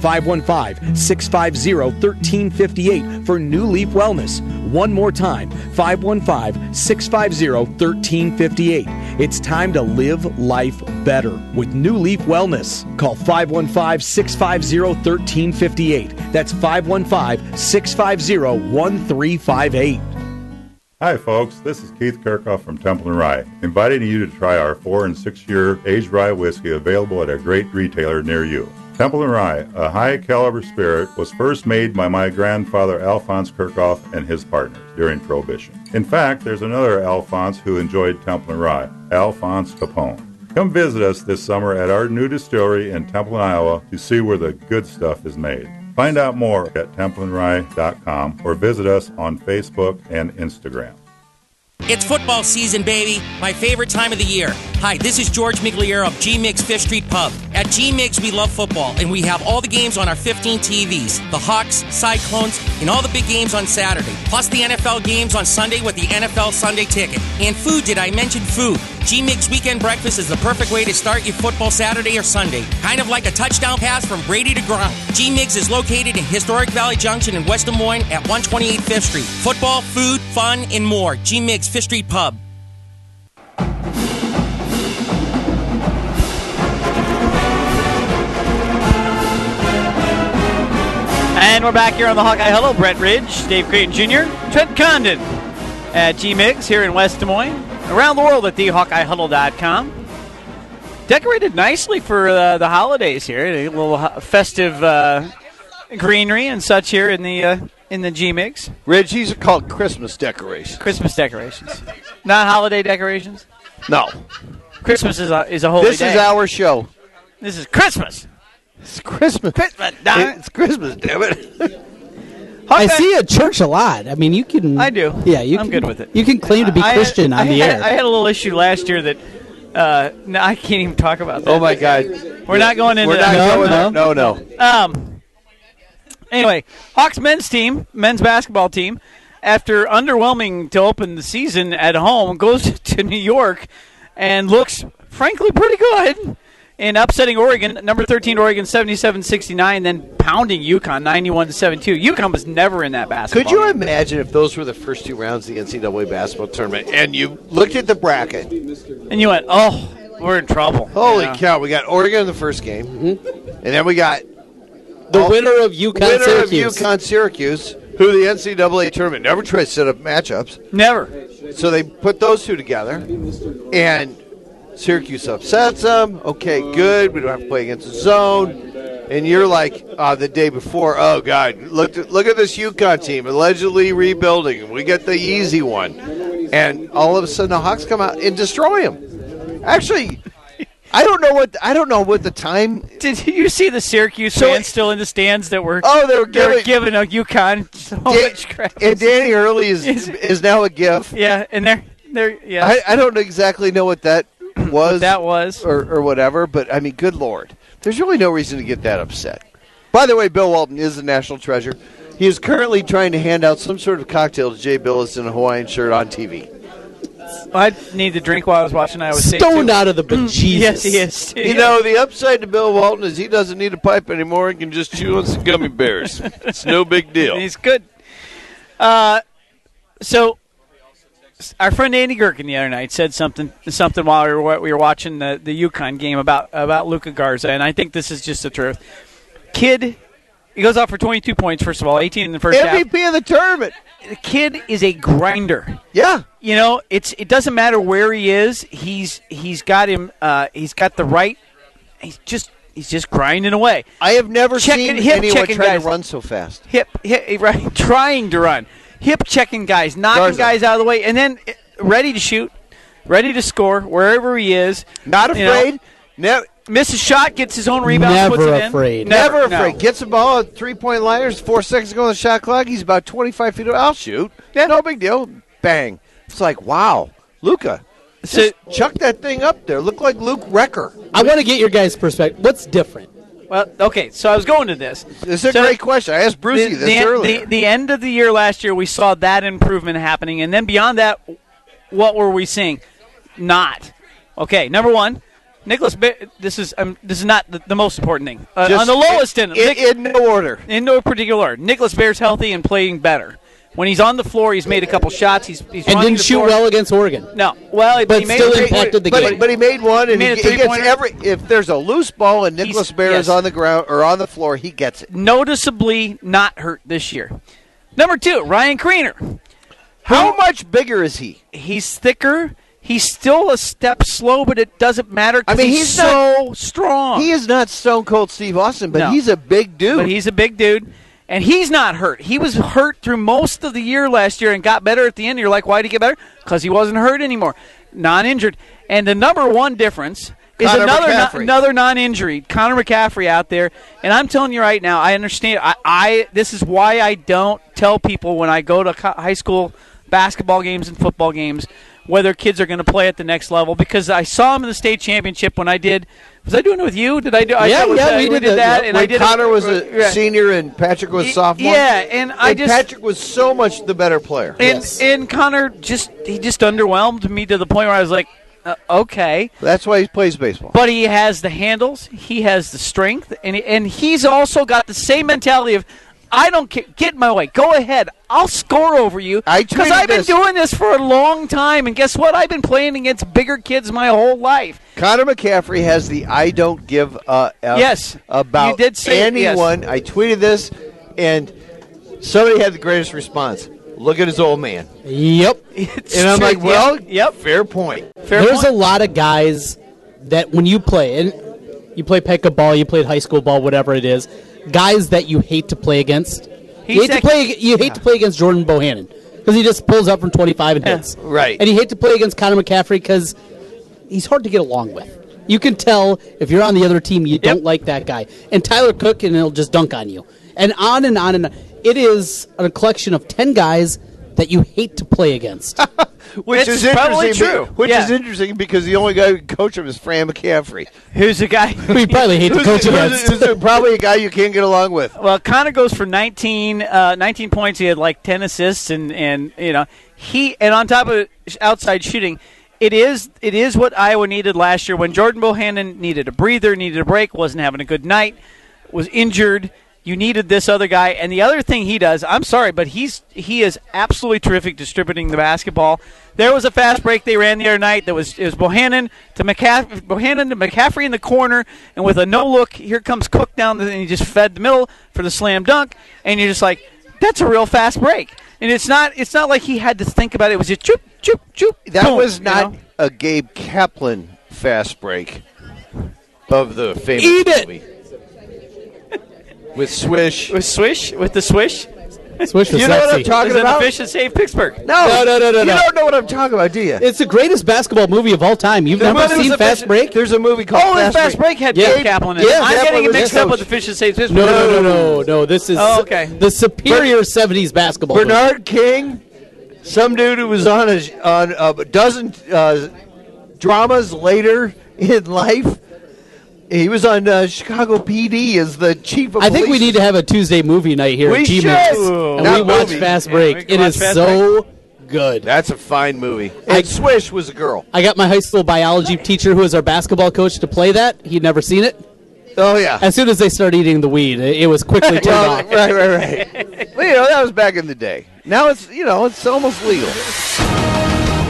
[SPEAKER 13] 515 650 1358 for New Leaf Wellness. One more time, 515 650 1358. It's time to live life better with New Leaf Wellness. Call 515 650 1358. That's 515 650 1358.
[SPEAKER 14] Hi, folks. This is Keith Kirchhoff from Templeton Rye, inviting you to try our four and six year aged rye whiskey available at a great retailer near you. Templeton Rye, a high caliber spirit, was first made by my grandfather Alphonse Kirchhoff and his partners during Prohibition. In fact, there's another Alphonse who enjoyed Templeton Rye, Alphonse Capone. Come visit us this summer at our new distillery in Templeton, Iowa to see where the good stuff is made. Find out more at templinrye.com or visit us on Facebook and Instagram.
[SPEAKER 15] It's football season, baby. My favorite time of the year. Hi, this is George Migliere of G Mix Fish Street Pub. At G Mix, we love football, and we have all the games on our 15 TVs the Hawks, Cyclones, and all the big games on Saturday, plus the NFL games on Sunday with the NFL Sunday ticket. And food, did I mention food? G Mix Weekend Breakfast is the perfect way to start your football Saturday or Sunday, kind of like a touchdown pass from Brady to Gronk. G Mix is located in Historic Valley Junction in West Des Moines at 128 Fifth Street. Football, food, fun, and more. G Mix Fish Street Pub.
[SPEAKER 1] And we're back here on the Hawkeye. Hello, Brett Ridge, Dave Creighton Jr., Trent Condon at G Mix here in West Des Moines, around the world at thehawkeyehuddle.com. Decorated nicely for uh, the holidays here, a little ho- festive uh, greenery and such here in the uh, in the G Mix.
[SPEAKER 2] Ridge, these are called Christmas decorations.
[SPEAKER 1] Christmas decorations, not holiday decorations.
[SPEAKER 2] No.
[SPEAKER 1] Christmas is a, is a holy
[SPEAKER 2] This
[SPEAKER 1] day.
[SPEAKER 2] is our show.
[SPEAKER 1] This is Christmas.
[SPEAKER 2] It's Christmas.
[SPEAKER 1] Christmas. darn
[SPEAKER 2] It's Christmas, damn it.
[SPEAKER 3] I see a church a lot. I mean, you can. I do. Yeah, you
[SPEAKER 1] I'm
[SPEAKER 3] can,
[SPEAKER 1] good with it.
[SPEAKER 3] You can claim to be
[SPEAKER 1] I had-
[SPEAKER 3] Christian
[SPEAKER 1] I
[SPEAKER 3] on the
[SPEAKER 1] had-
[SPEAKER 3] air.
[SPEAKER 1] I had a little issue last year that uh, no, I can't even talk about. That.
[SPEAKER 2] Oh, my God.
[SPEAKER 1] We're not going into
[SPEAKER 2] We're
[SPEAKER 1] that.
[SPEAKER 2] not going there. No, no.
[SPEAKER 1] Um. Anyway, Hawks men's team, men's basketball team, after underwhelming to open the season at home, goes to New York and looks, frankly, pretty good in upsetting Oregon, number 13 Oregon, 77-69, then pounding UConn, 91-72. UConn was never in that basketball.
[SPEAKER 2] Could you imagine if those were the first two rounds of the NCAA basketball tournament and you looked at the bracket?
[SPEAKER 1] And you went, oh, we're in trouble.
[SPEAKER 2] Holy
[SPEAKER 1] Yeah.
[SPEAKER 2] cow, we got Oregon in the first game. And then we got
[SPEAKER 3] the winner of UConn
[SPEAKER 2] winner
[SPEAKER 3] Syracuse.
[SPEAKER 2] of UConn Syracuse, who the NCAA tournament never tried to set up matchups.
[SPEAKER 1] Never.
[SPEAKER 2] So they put those two together. And Syracuse upsets them. Okay, good. We don't have to play against the zone. And you're like uh, the day before. Oh God, look look at this UConn team allegedly rebuilding. We get the easy one, and all of a sudden the Hawks come out and destroy them. Actually, I don't know what I don't know what the time.
[SPEAKER 1] Did you see the Syracuse fans still in the stands that were?
[SPEAKER 2] Oh, they were
[SPEAKER 1] giving, a UConn so much credit.
[SPEAKER 2] And Danny Early is is now a gift.
[SPEAKER 1] Yeah, and they're they're yeah.
[SPEAKER 2] I, I don't exactly know what that was,
[SPEAKER 1] that was,
[SPEAKER 2] or, or whatever. But I mean, good lord, there's really no reason to get that upset. By the way, Bill Walton is a national treasure. He is currently trying to hand out some sort of cocktail to Jay Billis in a Hawaiian shirt on TV.
[SPEAKER 1] I need to drink while I was watching Iowa State.
[SPEAKER 2] Stoned
[SPEAKER 1] too.
[SPEAKER 2] out of the
[SPEAKER 1] bejesus. Mm, yes, he is.
[SPEAKER 2] You know, the upside to Bill Walton is he doesn't need a pipe anymore. He can just chew on some gummy bears. It's no big deal.
[SPEAKER 1] He's good. Uh, so s- our friend Andy Gherkin the other night said something something while we were wa- we were watching the the UConn game about about Luca Garza, and I think this is just the truth. Kid, he goes out for 22 points. First of all, 18 in the first half.
[SPEAKER 2] MVP of the tournament.
[SPEAKER 1] The kid is a grinder.
[SPEAKER 2] Yeah.
[SPEAKER 1] You know, it's it doesn't matter where he is. He's he's got him. Uh, he's got the right. He's just he's just grinding away.
[SPEAKER 2] I have never
[SPEAKER 1] Checking-
[SPEAKER 2] seen
[SPEAKER 1] hip
[SPEAKER 2] anyone
[SPEAKER 1] checking
[SPEAKER 2] try
[SPEAKER 1] guys.
[SPEAKER 2] to run so fast.
[SPEAKER 1] Hip, hip, right, trying to run. hip checking guys, knocking
[SPEAKER 2] Garza.
[SPEAKER 1] guys out of the way, and then eh, ready to shoot, ready to score wherever he is.
[SPEAKER 2] Not afraid.
[SPEAKER 1] Never misses shot, gets his own rebound, puts
[SPEAKER 2] Never
[SPEAKER 1] it in.
[SPEAKER 2] afraid. Never, afraid. Gets the ball at three point liners, four seconds to go on the shot clock. He's about 25 feet away. I'll shoot. Yeah, no big deal. Bang. It's like, wow, Luca. Just chuck that thing up there. Look like Luke Wrecker.
[SPEAKER 10] I want to get your guys' perspective. What's different?
[SPEAKER 1] No. Well, okay. So I was going to this.
[SPEAKER 2] This is a great question. I asked Brucey
[SPEAKER 1] the,
[SPEAKER 2] this
[SPEAKER 1] the,
[SPEAKER 2] earlier.
[SPEAKER 1] The, the end of the year last year, we saw that improvement happening, and then beyond that, what were we seeing? Not. Okay. Number one, Nicholas. Ba- This is um, this is not the, the most important thing. Uh,
[SPEAKER 2] Just
[SPEAKER 1] on the lowest end,
[SPEAKER 2] in- in no order,
[SPEAKER 1] in no particular order. Nicholas Bear's healthy and playing better. When he's on the floor, he's made a couple shots. He's, he's
[SPEAKER 10] And
[SPEAKER 1] running
[SPEAKER 10] didn't
[SPEAKER 1] the
[SPEAKER 10] shoot
[SPEAKER 1] floor.
[SPEAKER 10] well against Oregon.
[SPEAKER 1] No, well, he-
[SPEAKER 10] But
[SPEAKER 1] he made
[SPEAKER 10] still
[SPEAKER 1] a great-
[SPEAKER 10] impacted the
[SPEAKER 1] but-
[SPEAKER 10] game.
[SPEAKER 2] But he made one, and
[SPEAKER 1] He
[SPEAKER 2] he,
[SPEAKER 1] made a
[SPEAKER 2] he gets
[SPEAKER 1] three-pointer.
[SPEAKER 2] every. If there's a loose ball and Nicholas Bear
[SPEAKER 1] yes.
[SPEAKER 2] is on the ground or on the floor, he gets it.
[SPEAKER 1] noticeably not hurt this year. Number two, Ryan Creener.
[SPEAKER 2] How much bigger is he?
[SPEAKER 1] He's thicker. He's still a step slow, but it doesn't matter. 'cause
[SPEAKER 2] I mean,
[SPEAKER 1] he's,
[SPEAKER 2] he's
[SPEAKER 1] so
[SPEAKER 2] not-
[SPEAKER 1] strong.
[SPEAKER 2] He is not Stone Cold Steve Austin, but he's a big dude.
[SPEAKER 1] But he's a big dude, and he's not hurt. He was hurt through most of the year last year and got better at the end. You're like, why did he get better? Because he wasn't hurt anymore, non-injured. And the number one difference is
[SPEAKER 2] Connor
[SPEAKER 1] another no-
[SPEAKER 2] McCaffrey.
[SPEAKER 1] another non-injury, Connor McCaffrey out there. And I'm telling you right now, I understand. I, I this is why I don't tell people when I go to co- high school basketball games and football games whether kids are going to play at the next level because I saw him in the state championship when I did. Was I doing it with you? Did I do? I
[SPEAKER 2] yeah,
[SPEAKER 1] did-
[SPEAKER 2] yeah,
[SPEAKER 1] I-
[SPEAKER 2] we did, the-
[SPEAKER 1] that, and I
[SPEAKER 2] when
[SPEAKER 1] did. it-
[SPEAKER 2] Connor was a
[SPEAKER 1] yeah.
[SPEAKER 2] senior and Patrick was sophomore.
[SPEAKER 1] yeah, and I just-
[SPEAKER 2] Patrick was so much the better player.
[SPEAKER 1] And and Connor just he just underwhelmed me to the point where I was like, uh, okay.
[SPEAKER 2] That's why he plays baseball.
[SPEAKER 1] But he has the handles, he has the strength, and and he's also got the same mentality of. I don't care. Get in my way. Go ahead. I'll score over you. Because
[SPEAKER 2] tweeted
[SPEAKER 1] I've been
[SPEAKER 2] this.
[SPEAKER 1] doing this for a long time, and guess what? I've been playing against bigger kids my whole life.
[SPEAKER 2] Connor McCaffrey has the I don't give a F
[SPEAKER 1] Yes,
[SPEAKER 2] about
[SPEAKER 1] you did say it, yes.
[SPEAKER 2] anyone. I tweeted this, and somebody had the greatest response. Look at his old man.
[SPEAKER 10] Yep.
[SPEAKER 2] and I'm
[SPEAKER 10] true,
[SPEAKER 2] like,
[SPEAKER 10] yeah.
[SPEAKER 2] well,
[SPEAKER 1] yep,
[SPEAKER 2] fair point.
[SPEAKER 10] There's a lot of guys that when you play, and you play pickup ball, you played high school ball, whatever it is, guys that you hate to play against.
[SPEAKER 1] He
[SPEAKER 10] you hate
[SPEAKER 1] said-
[SPEAKER 10] to play. You hate to play against Jordan Bohannon because he just pulls up from 25 and hits.
[SPEAKER 2] Right.
[SPEAKER 10] And you hate to play against Connor McCaffrey because he's hard to get along with. You can tell if you're on the other team, you don't like that guy. And Tyler Cook, and he'll just dunk on you. And on and on and on. It is a collection of 10 guys that you hate to play against.
[SPEAKER 2] Which
[SPEAKER 10] It's
[SPEAKER 2] is
[SPEAKER 10] probably
[SPEAKER 2] interesting.
[SPEAKER 10] true.
[SPEAKER 2] be- Which
[SPEAKER 10] Yeah.
[SPEAKER 2] is interesting because the only guy who can coach him is Fran McCaffrey.
[SPEAKER 1] Who's the guy?
[SPEAKER 10] We probably hate to
[SPEAKER 2] who's,
[SPEAKER 10] coach
[SPEAKER 2] who's-
[SPEAKER 10] against.
[SPEAKER 2] who's probably a guy you can't get along with.
[SPEAKER 1] Well, Connor goes for 19, uh, 19 points. He had like 10 assists, and, and you know he and on top of sh- outside shooting, it is it is what Iowa needed last year when Jordan Bohannon needed a breather, needed a break, wasn't having a good night, was injured. You needed this other guy, and the other thing he does. I'm sorry, but he's he is absolutely terrific distributing the basketball. There was a fast break they ran the other night that was it was Bohannon to McCaff- Bohannon to McCaffrey in the corner, and with a no look, here comes Cook down, the, and he just fed the middle for the slam dunk, and you're just like, that's a real fast break, and it's not it's not like he had to think about it. It was just choop choop choop.
[SPEAKER 2] That
[SPEAKER 1] boom,
[SPEAKER 2] was
[SPEAKER 1] you
[SPEAKER 2] not
[SPEAKER 1] know?
[SPEAKER 2] a Gabe Kaplan fast break of the famous
[SPEAKER 1] Eat it!
[SPEAKER 2] movie. With swish,
[SPEAKER 1] with swish, with the swish.
[SPEAKER 10] Swish
[SPEAKER 2] You know what I'm talking
[SPEAKER 1] Is it
[SPEAKER 2] about?
[SPEAKER 1] a fish that saved Pittsburgh?
[SPEAKER 2] No,
[SPEAKER 10] No, no, no, no,
[SPEAKER 2] You
[SPEAKER 10] no.
[SPEAKER 2] don't know what I'm talking about, do you?
[SPEAKER 10] It's the greatest basketball movie of all time. You've
[SPEAKER 2] The
[SPEAKER 10] never
[SPEAKER 2] movie was
[SPEAKER 10] seen
[SPEAKER 2] a
[SPEAKER 10] Fast
[SPEAKER 2] fish-
[SPEAKER 10] Break?
[SPEAKER 2] There's a movie called
[SPEAKER 1] Oh, and Fast Break had Gabe Kaplan in it.
[SPEAKER 10] Yeah,
[SPEAKER 1] I'm
[SPEAKER 10] Kaplan
[SPEAKER 1] getting it
[SPEAKER 10] was
[SPEAKER 1] mixed
[SPEAKER 10] the
[SPEAKER 1] up with the
[SPEAKER 10] coach.
[SPEAKER 1] fish that saved Pittsburgh.
[SPEAKER 10] No, no, no, no, no. This is
[SPEAKER 1] Oh, okay.
[SPEAKER 10] the superior '70s basketball. movie.
[SPEAKER 2] Bernard King, some dude who was on a on a dozen uh, dramas later in life. He was on uh, Chicago PD as the chief of.
[SPEAKER 10] I think we
[SPEAKER 2] police.
[SPEAKER 10] need to have a Tuesday movie night here
[SPEAKER 2] We
[SPEAKER 10] at G
[SPEAKER 2] should.
[SPEAKER 10] Mix,
[SPEAKER 2] Ooh.
[SPEAKER 10] and
[SPEAKER 2] That
[SPEAKER 10] we watch
[SPEAKER 2] movie.
[SPEAKER 10] Fast
[SPEAKER 2] Yeah,
[SPEAKER 10] Break.
[SPEAKER 2] we can
[SPEAKER 10] it
[SPEAKER 2] watch
[SPEAKER 10] is
[SPEAKER 2] Fast
[SPEAKER 10] so good.
[SPEAKER 2] That's a fine movie. And Swish was a girl.
[SPEAKER 10] I got my high school biology teacher, who is our basketball coach, to play that. He'd never seen it.
[SPEAKER 2] Oh yeah.
[SPEAKER 10] As soon as they started eating the weed, it it was quickly turned
[SPEAKER 2] Well,
[SPEAKER 10] off.
[SPEAKER 2] right, right, right. Well, you know that was back in the day. Now it's you know it's almost legal.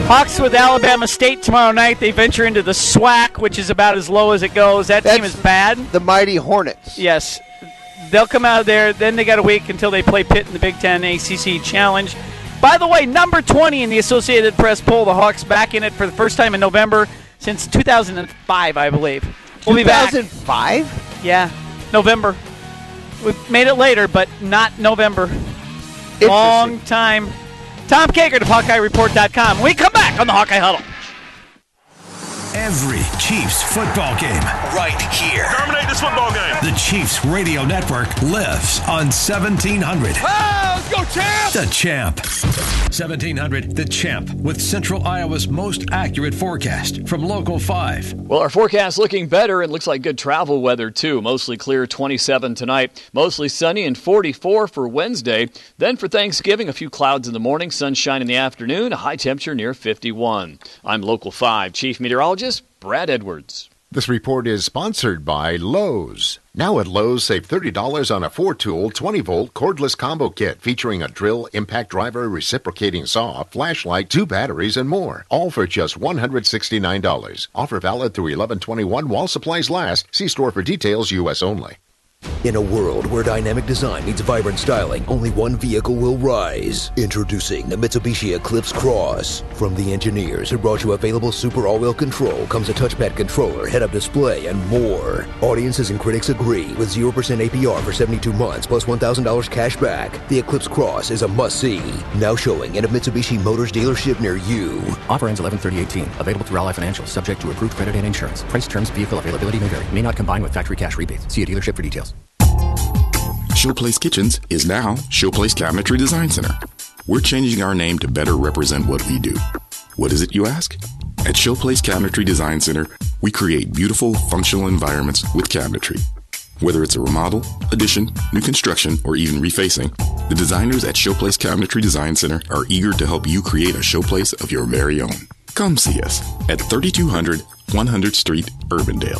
[SPEAKER 1] Hawks with Alabama State tomorrow night. They venture into the SWAC, which is about as low as it goes. That team is bad.
[SPEAKER 2] The mighty Hornets.
[SPEAKER 1] Yes, they'll come out of there. Then they got a week until they play Pitt in the Big Ten ACC Challenge. By the way, number 20 in the Associated Press poll, the Hawks back in it for the first time in November since 2005, I believe. We'll be back.
[SPEAKER 2] 2005?
[SPEAKER 1] Yeah, November. We made it later, but not November. Long time. Tom Kager of HawkeyeReport.com. We come back on the Hawkeye Huddle.
[SPEAKER 4] Every Chiefs football game right here. Terminate this football game. The Chiefs Radio Network lives on 1700.
[SPEAKER 16] Ah,
[SPEAKER 5] Oh, go champ!
[SPEAKER 4] The Champ. 1700 The Champ with Central Iowa's most accurate forecast from Local 5.
[SPEAKER 16] Well, our forecast looking better and looks like good travel weather too. Mostly clear 27 tonight, mostly sunny and 44 for Wednesday. Then for Thanksgiving, a few clouds in the morning, sunshine in the afternoon, a high temperature near 51. I'm Local 5 Chief Meteorologist Brad Edwards.
[SPEAKER 8] This report is sponsored by Lowe's. Now at Lowe's, save $30 on a four tool, 20 volt cordless combo kit featuring a drill, impact driver, reciprocating saw, flashlight, two batteries, and more. All for just $169. Offer valid through 1121 while supplies last. See store for details, U.S. only.
[SPEAKER 17] In a world where dynamic design meets vibrant styling, only one vehicle will rise. Introducing the Mitsubishi Eclipse Cross. From the engineers who brought you available Super All Wheel Control comes a touchpad controller, head up display, and more. Audiences and critics agree with 0% APR for 72 months plus $1,000 cash back. The Eclipse Cross is a must see. Now showing at a Mitsubishi Motors dealership near you.
[SPEAKER 18] Offer ends 11-30-18. Available through Ally Financial. Subject to approved credit and insurance. Price, terms, vehicle availability may vary. May not combine with factory cash rebates. See a dealership for details.
[SPEAKER 19] Showplace Kitchens is now Showplace Cabinetry Design Center. We're changing our name to better represent what we do. What is it, you ask? At Showplace Cabinetry Design Center, we create beautiful, functional environments with cabinetry. Whether it's a remodel, addition, new construction, or even refacing, the designers at Showplace Cabinetry Design Center are eager to help you create a showplace of your very own. Come see us at 3200 100th Street, Urbandale.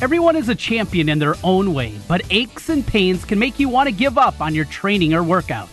[SPEAKER 10] Everyone is a champion in their own way, but aches and pains can make you want to give up on your training or workouts.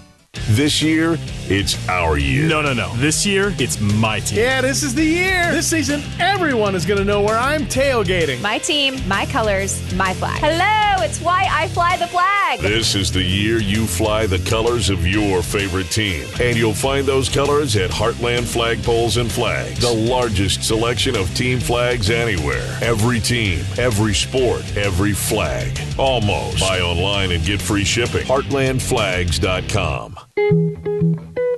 [SPEAKER 20] This year, it's our year. No, no, no. This year, it's my team.
[SPEAKER 21] Yeah, this is the year. This season, everyone is going to know where I'm tailgating.
[SPEAKER 22] My team, my colors, my flag. Hello, it's why I fly the flag.
[SPEAKER 20] This is the year you fly the colors of your favorite team. And you'll find those colors at Heartland Flagpoles and Flags, the largest selection of team flags anywhere. Every team, every sport, every flag. Almost. Buy online and get free shipping. HeartlandFlags.com.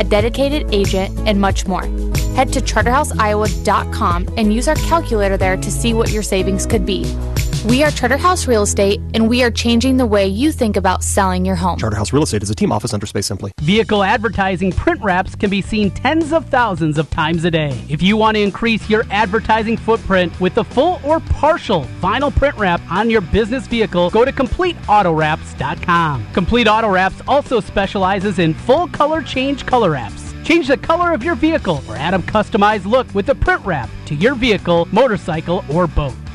[SPEAKER 23] a dedicated agent, and much more. Head to charterhouseiowa.com and use our calculator there to see what your savings could be. We are Charterhouse Real Estate, and we are changing the way you think about selling your home.
[SPEAKER 24] Charterhouse Real Estate is a team office under Space Simply.
[SPEAKER 10] Vehicle advertising print wraps can be seen tens of thousands of times a day. If you want to increase your advertising footprint with the full or partial vinyl print wrap on your business vehicle, go to CompleteAutoWraps.com. Complete Auto Wraps also specializes in full color change color wraps. Change the color of your vehicle or add a customized look with a print wrap to your vehicle, motorcycle, or boat.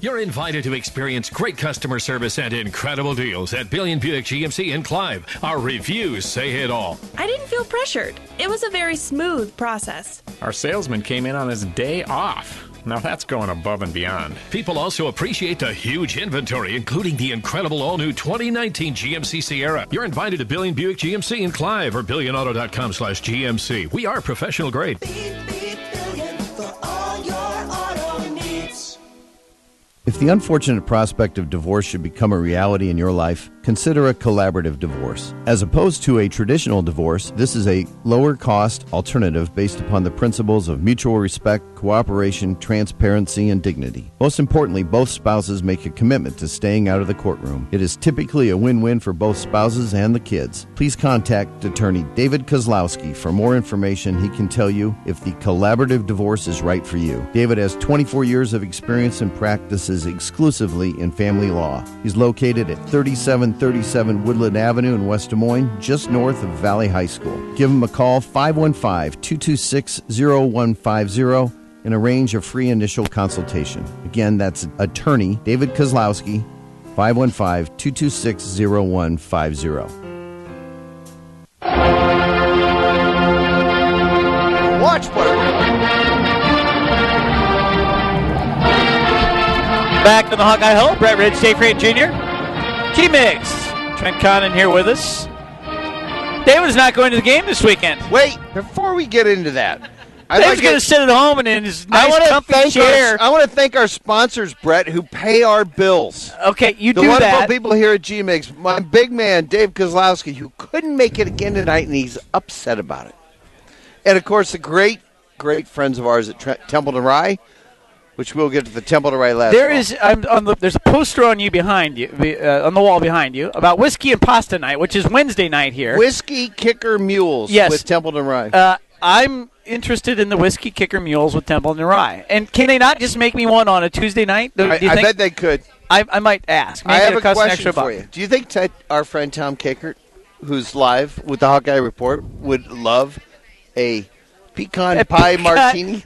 [SPEAKER 6] You're invited to experience great customer service and incredible deals at Billion Buick GMC in Clive. Our reviews say it all.
[SPEAKER 7] I didn't feel pressured. It was a very smooth process.
[SPEAKER 11] Our salesman came in on his day off. Now that's going above and beyond.
[SPEAKER 6] People also appreciate the huge inventory, including the incredible all new 2019 GMC Sierra. You're invited to Billion Buick GMC in Clive or billionauto.com slash GMC. We are professional grade.
[SPEAKER 2] If the unfortunate prospect of divorce should become a reality in your life, consider a collaborative divorce. As opposed to a traditional divorce, this is a lower cost alternative based upon the principles of mutual respect, cooperation, transparency, and dignity. Most importantly, both spouses make a commitment to staying out of the courtroom. It is typically a win win for both spouses and the kids. Please contact attorney David Kozlowski for more information. He can tell you if the collaborative divorce is right for you. David has 24 years of experience and practices exclusively in family law. He's located at 3737 Woodland Avenue in West Des Moines, just north of Valley High School. Give him a call 515 226 0150 and arrange a free initial consultation. Again, that's attorney David Kozlowski, 515 226 0150.
[SPEAKER 1] Watch Back to the Hawkeye Hole, Brett Ridge, Dave Frayne Jr., Key Mix, Trent Connon here with us. David's not going to the game this weekend.
[SPEAKER 2] Wait, before we get into that,
[SPEAKER 1] I David's going to sit at home and in his nice
[SPEAKER 2] wanna
[SPEAKER 1] comfy
[SPEAKER 2] thank
[SPEAKER 1] chair.
[SPEAKER 2] Our, I want to thank our sponsors, Brett, who pay our bills.
[SPEAKER 1] Okay, you
[SPEAKER 2] the
[SPEAKER 1] do
[SPEAKER 2] wonderful
[SPEAKER 1] that.
[SPEAKER 2] people here at GMX. My big man, Dave Kozlowski, who couldn't make it again tonight, and he's upset about it. And of course, the great, great friends of ours at Tre- Templeton Rye, which we'll get to the Templeton Rye last.
[SPEAKER 1] There is I'm, on the, there's a poster on you behind you be- uh, on the wall behind you about whiskey and pasta night, which is Wednesday night here.
[SPEAKER 2] Whiskey Kicker Mules
[SPEAKER 1] Yes.
[SPEAKER 2] with Templeton Rye.
[SPEAKER 1] Uh, I'm interested in the whiskey kicker mules with Templeton Rye, and can they not just make me one on a Tuesday night? Do,
[SPEAKER 2] I-
[SPEAKER 1] do you
[SPEAKER 2] I
[SPEAKER 1] think?
[SPEAKER 2] bet they could.
[SPEAKER 1] I, I might ask. Maybe
[SPEAKER 2] I have
[SPEAKER 1] it'll
[SPEAKER 2] a
[SPEAKER 1] cost an
[SPEAKER 2] question
[SPEAKER 1] extra
[SPEAKER 2] for
[SPEAKER 1] buck.
[SPEAKER 2] you. Do you think Ted, our friend Tom Kickert, who's live with the Hawkeye Report, would love a pecan
[SPEAKER 1] Uh, A
[SPEAKER 2] pie
[SPEAKER 1] pecan-
[SPEAKER 2] martini?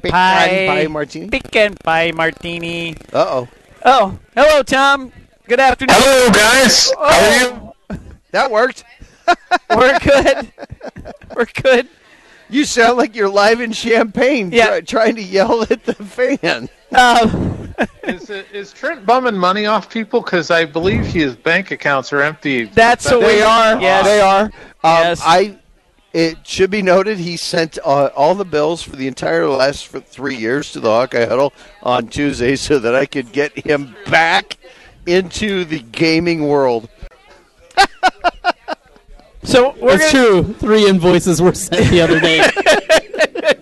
[SPEAKER 2] Pecan
[SPEAKER 1] pie.
[SPEAKER 2] pie martini?
[SPEAKER 1] Pecan pie martini.
[SPEAKER 2] Uh oh.
[SPEAKER 1] Oh, hello, Tom. Good afternoon.
[SPEAKER 12] Hello, guys.
[SPEAKER 1] How are
[SPEAKER 2] you? That worked.
[SPEAKER 1] We're good. We're good.
[SPEAKER 2] You sound like you're live in Champagne, yeah. trying to yell at the fan.
[SPEAKER 1] Um,
[SPEAKER 12] is, is Trent bumming money off people? Because I believe his bank accounts are empty.
[SPEAKER 1] That's
[SPEAKER 12] But-
[SPEAKER 2] they are. They are. Um, I. It should be noted he sent uh, all the bills for the entire last for three years to the Hawkeye Huddle on Tuesday, so that I could get him back into the gaming world.
[SPEAKER 1] so
[SPEAKER 2] we're
[SPEAKER 3] That's
[SPEAKER 2] gonna-
[SPEAKER 3] true. Three invoices were sent the other day.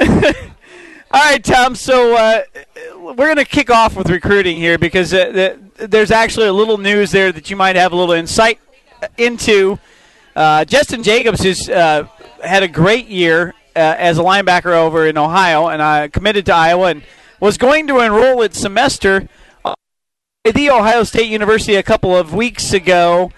[SPEAKER 1] All right, Tom. So uh, we're going to kick off with recruiting here because uh, the, there's actually a little news there that you might have a little insight into. Uh, Justin Jacobs has uh, had a great year uh, as a linebacker over in Ohio, and uh, committed to Iowa, and was going to enroll its semester at the Ohio State University a couple of weeks ago,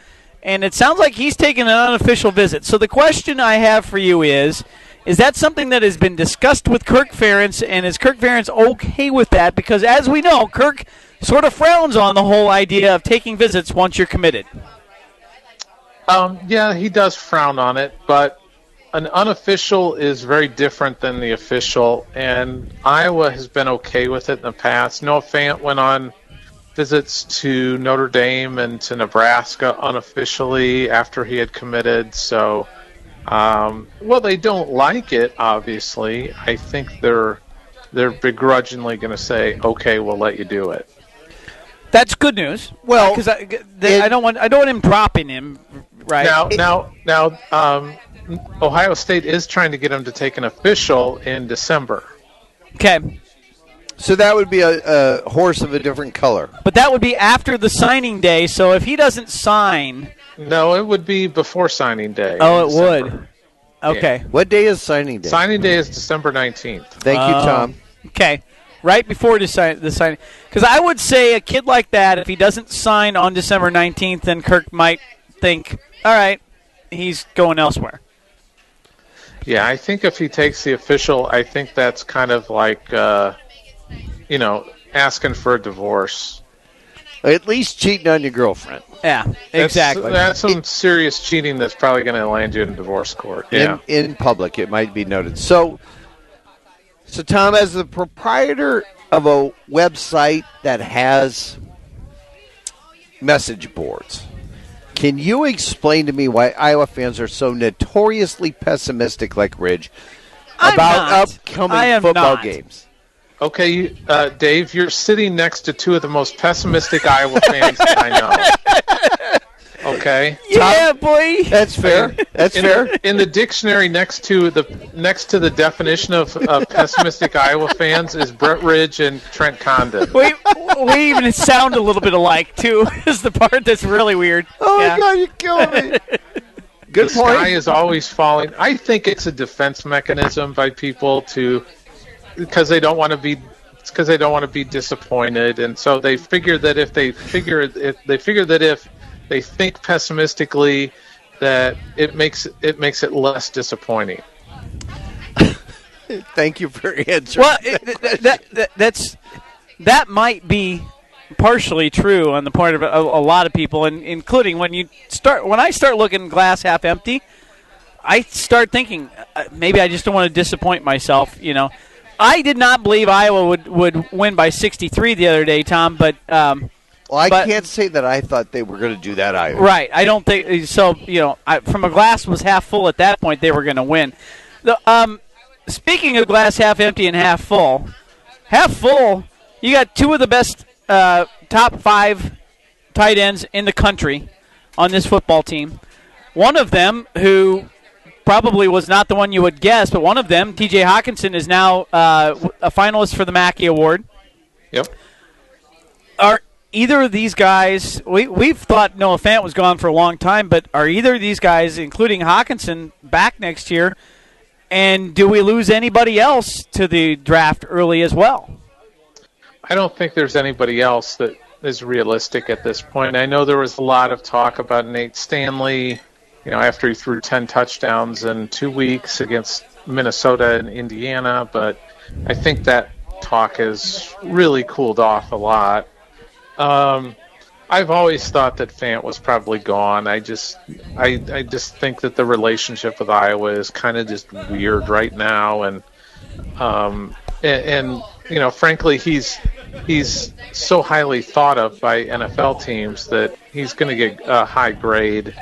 [SPEAKER 1] and it sounds like he's taking an unofficial visit. So the question I have for you is: Is that something that has been discussed with Kirk Ferentz, and is Kirk Ferentz okay with that? Because as we know, Kirk sort of frowns on the whole idea of taking visits once you're committed.
[SPEAKER 12] Um, yeah, he does frown on it, but an unofficial is very different than the official, and Iowa has been okay with it in the past. Noah Fant went on visits to Notre Dame and to Nebraska unofficially after he had committed, so. Um, well, they don't like it, obviously. I think they're they're begrudgingly going to say, "Okay, we'll let you do it."
[SPEAKER 1] That's good news. Well, because Uh, I, they- I don't want I don't want him dropping him. Right
[SPEAKER 12] now, now, now, um, Ohio State is trying to get him to take an official in December.
[SPEAKER 1] Okay.
[SPEAKER 2] So that would be a, a horse of a different color.
[SPEAKER 1] But that would be after the signing day. So if he doesn't sign,
[SPEAKER 12] No, it would be before signing day.
[SPEAKER 1] oh,
[SPEAKER 12] in
[SPEAKER 1] it
[SPEAKER 12] December.
[SPEAKER 1] would. Okay.
[SPEAKER 2] What day is signing day?
[SPEAKER 12] Signing day is December nineteenth.
[SPEAKER 2] Thank you,
[SPEAKER 1] Um,
[SPEAKER 2] Tom.
[SPEAKER 1] Okay, right before the sign, the sign, because I would say a kid like that, if he doesn't sign on December nineteenth, then Kirk might think, all right, he's going elsewhere.
[SPEAKER 12] Yeah, I think if he takes the official, I think that's kind of like uh, you know, asking for a divorce.
[SPEAKER 2] At least cheating on your girlfriend.
[SPEAKER 1] Yeah,
[SPEAKER 2] exactly.
[SPEAKER 12] That's, some serious cheating that's probably going to land you in divorce court. Yeah.
[SPEAKER 2] In, in public, it might be noted. So, so Tom, as the proprietor of a website that has message boards, can you explain to me why Iowa fans are so notoriously pessimistic, like Ridge,
[SPEAKER 1] I'm
[SPEAKER 2] about
[SPEAKER 1] not.
[SPEAKER 2] upcoming
[SPEAKER 1] I am
[SPEAKER 2] football
[SPEAKER 1] not.
[SPEAKER 2] games?
[SPEAKER 12] Okay, you- uh, Dave, you're sitting next to two of the most pessimistic Iowa fans that I know. Okay.
[SPEAKER 1] Yeah, boy.
[SPEAKER 2] That's fair. That's
[SPEAKER 12] in
[SPEAKER 2] fair.
[SPEAKER 12] The, in the dictionary, next to the next to the definition of uh, pessimistic Iowa fans is Brett Ridge and Trent Condon.
[SPEAKER 1] we we even sound a little bit alike too. Is the part that's really weird.
[SPEAKER 2] Oh my god, you killed me. Good
[SPEAKER 12] the sky is always falling. I think it's a defense mechanism by people to because they don't want to be because they don't want to be disappointed, and so they figure that if they figure if they figure that if they think pessimistically, that it makes it makes it less disappointing.
[SPEAKER 2] Thank you for answering.
[SPEAKER 1] Well, it, that, that, that that's that might be partially true on the part of a, a lot of people, and including when you start when I start looking glass half empty, I start thinking uh, maybe I just don't want to disappoint myself. You know, I did not believe Iowa would would win by 63 the other day, Tom, but. Um,
[SPEAKER 2] Well, I
[SPEAKER 1] but-
[SPEAKER 2] can't say that I thought they were going to do that either.
[SPEAKER 1] Right. I don't think so. You know, I, from a glass was half full at that point, they were going to win. The, um, speaking of glass half empty and half full, half full, you got two of the best uh, top five tight ends in the country on this football team. One of them, who probably was not the one you would guess, but one of them, T.J. Hawkinson, is now uh, a finalist for the Mackey Award
[SPEAKER 12] Yep.
[SPEAKER 1] are either of these guys we, we've thought Noah Fant was gone for a long time, but are either of these guys, including Hawkinson, back next year? And do we lose anybody else to the draft early as well?
[SPEAKER 12] I don't think there's anybody else that is realistic at this point. I know there was a lot of talk about Nate Stanley, you know, after he threw 10 touchdowns in two weeks against Minnesota and Indiana, but I think that talk has really cooled off a lot. Um, I've always thought that Fant was probably gone. I just, I, I just think that the relationship with Iowa is kind of just weird right now, and um, and, and you know, frankly, he's he's so highly thought of by NFL teams that he's going to get a high grade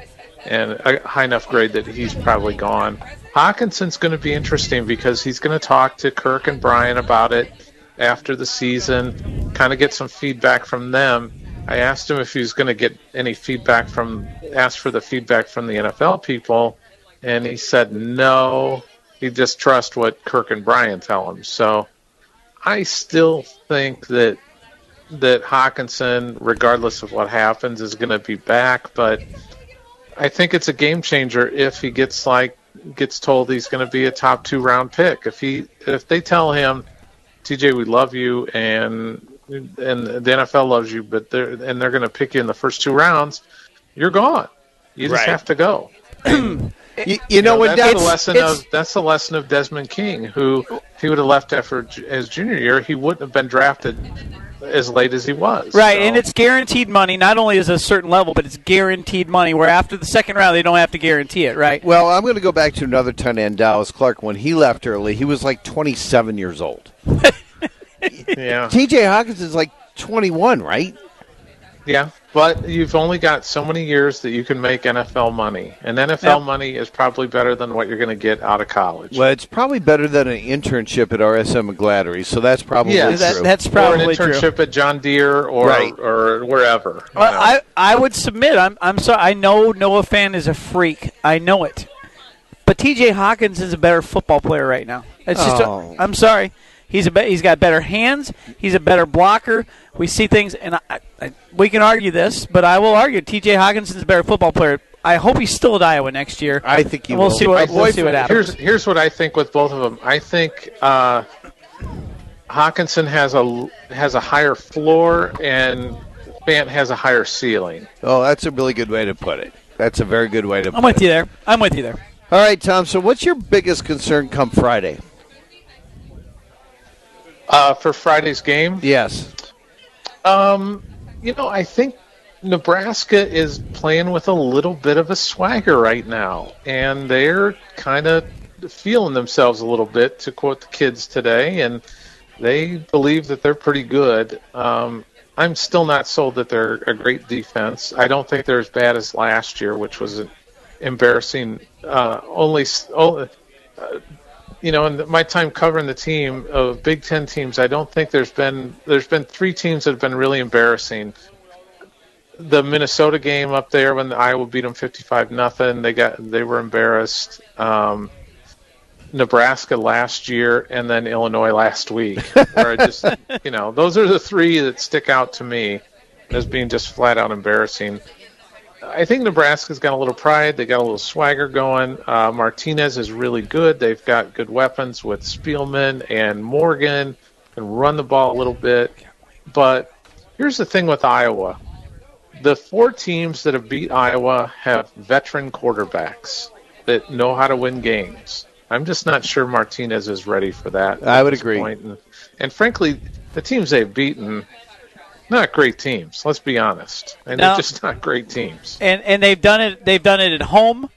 [SPEAKER 12] and a high enough grade that he's probably gone. Hawkinson's going to be interesting because he's going to talk to Kirk and Brian about it after the season, kind of get some feedback from them. I asked him if he was going to get any feedback from, asked for the feedback from the NFL people, and he said no. He just trusts what Kirk and Brian tell him. So I still think that that Hawkinson, regardless of what happens, is going to be back. But I think it's a game changer if he gets like gets told he's going to be a top two round pick. If he if they tell him, TJ, we love you, and and the NFL loves you, but they're and they're going to pick you in the first two rounds, you're gone. You just
[SPEAKER 2] Right.
[SPEAKER 12] have to go.
[SPEAKER 2] You, you know, when
[SPEAKER 12] that's
[SPEAKER 2] that's
[SPEAKER 12] the lesson
[SPEAKER 2] it's-
[SPEAKER 12] of that's the lesson of Desmond King, who if he would have left after j- his junior year, he wouldn't have been drafted as late as he was.
[SPEAKER 1] Right,
[SPEAKER 12] So-
[SPEAKER 1] and it's guaranteed money. Not only is it a certain level, but it's guaranteed money. Where after the second round, they don't have to guarantee it. Right.
[SPEAKER 2] Well, I'm going to go back to another tight end, Dallas Clark. When he left early, he was like 27 years old.
[SPEAKER 12] yeah,
[SPEAKER 2] T.J. Hawkinson's like 21, right?
[SPEAKER 12] yeah. But you've only got so many years that you can make NFL money, and NFL
[SPEAKER 2] Yep.
[SPEAKER 12] money is probably better than what you're going to get out of college.
[SPEAKER 2] Well, it's probably better than an internship at RSM McGlattery, so that's probably
[SPEAKER 12] Yes.
[SPEAKER 2] true.
[SPEAKER 12] or an internship at John Deere or
[SPEAKER 2] Right.
[SPEAKER 12] or wherever. you
[SPEAKER 1] Well,
[SPEAKER 12] know.
[SPEAKER 1] I, I would submit. I'm, I'm sorry. I know Noah Fan is a freak. I know it. But T.J. Hawkins is a better football player right now. It's just.
[SPEAKER 2] Oh.
[SPEAKER 1] A, I'm sorry. He's a be- he's got better hands. He's a better blocker. We see things, and I, I, we can argue this, but I will argue T.J. Hawkins is a better football player. I hope he's still at Iowa next year.
[SPEAKER 2] I think
[SPEAKER 1] we'll See what,
[SPEAKER 12] I
[SPEAKER 1] we'll
[SPEAKER 12] think-
[SPEAKER 1] see what happens.
[SPEAKER 12] Here's, here's what I think with both of them. I think uh, Hawkinson has a has a higher floor and Fant has a higher ceiling.
[SPEAKER 2] Oh, that's a really good way to put it. That's a very good way to
[SPEAKER 1] I'm with you there. I'm with you there.
[SPEAKER 2] All right, Tom, so what's your biggest concern come Friday?
[SPEAKER 12] Uh, for Friday's game?
[SPEAKER 2] Yes.
[SPEAKER 12] Um, you know, I think Nebraska is playing with a little bit of a swagger right now, and they're kind of feeling themselves a little bit, to quote the kids today, and they believe that they're pretty good. Um, I'm still not sold that they're a great defense. I don't think they're as bad as last year, which was an embarrassing. Uh, only, s- only uh, you know, in my time covering the team of Big Ten teams, I don't think there's been there's been three teams that have been really embarrassing. The Minnesota game up there when Iowa beat them fifty-five nothing, they got they were embarrassed. Um, Nebraska last year and then Illinois last week. Where I just, you know, those are the three that stick out to me as being just flat out embarrassing. I think Nebraska's got a little pride. They got a little swagger going. Uh, Martinez is really good. They've got good weapons with Spielman and Morgan. Can run the ball a little bit. But here's the thing with Iowa: the four teams that have beat Iowa have veteran quarterbacks that know how to win games. I'm just not sure Martinez is ready for that.
[SPEAKER 2] I
[SPEAKER 12] at
[SPEAKER 2] would
[SPEAKER 12] this
[SPEAKER 2] agree.
[SPEAKER 12] point. And, and frankly, the teams they've beaten, not great teams. Let's be honest, and
[SPEAKER 1] No.
[SPEAKER 12] they're just not great teams.
[SPEAKER 1] and and they've done it. They've done it at home,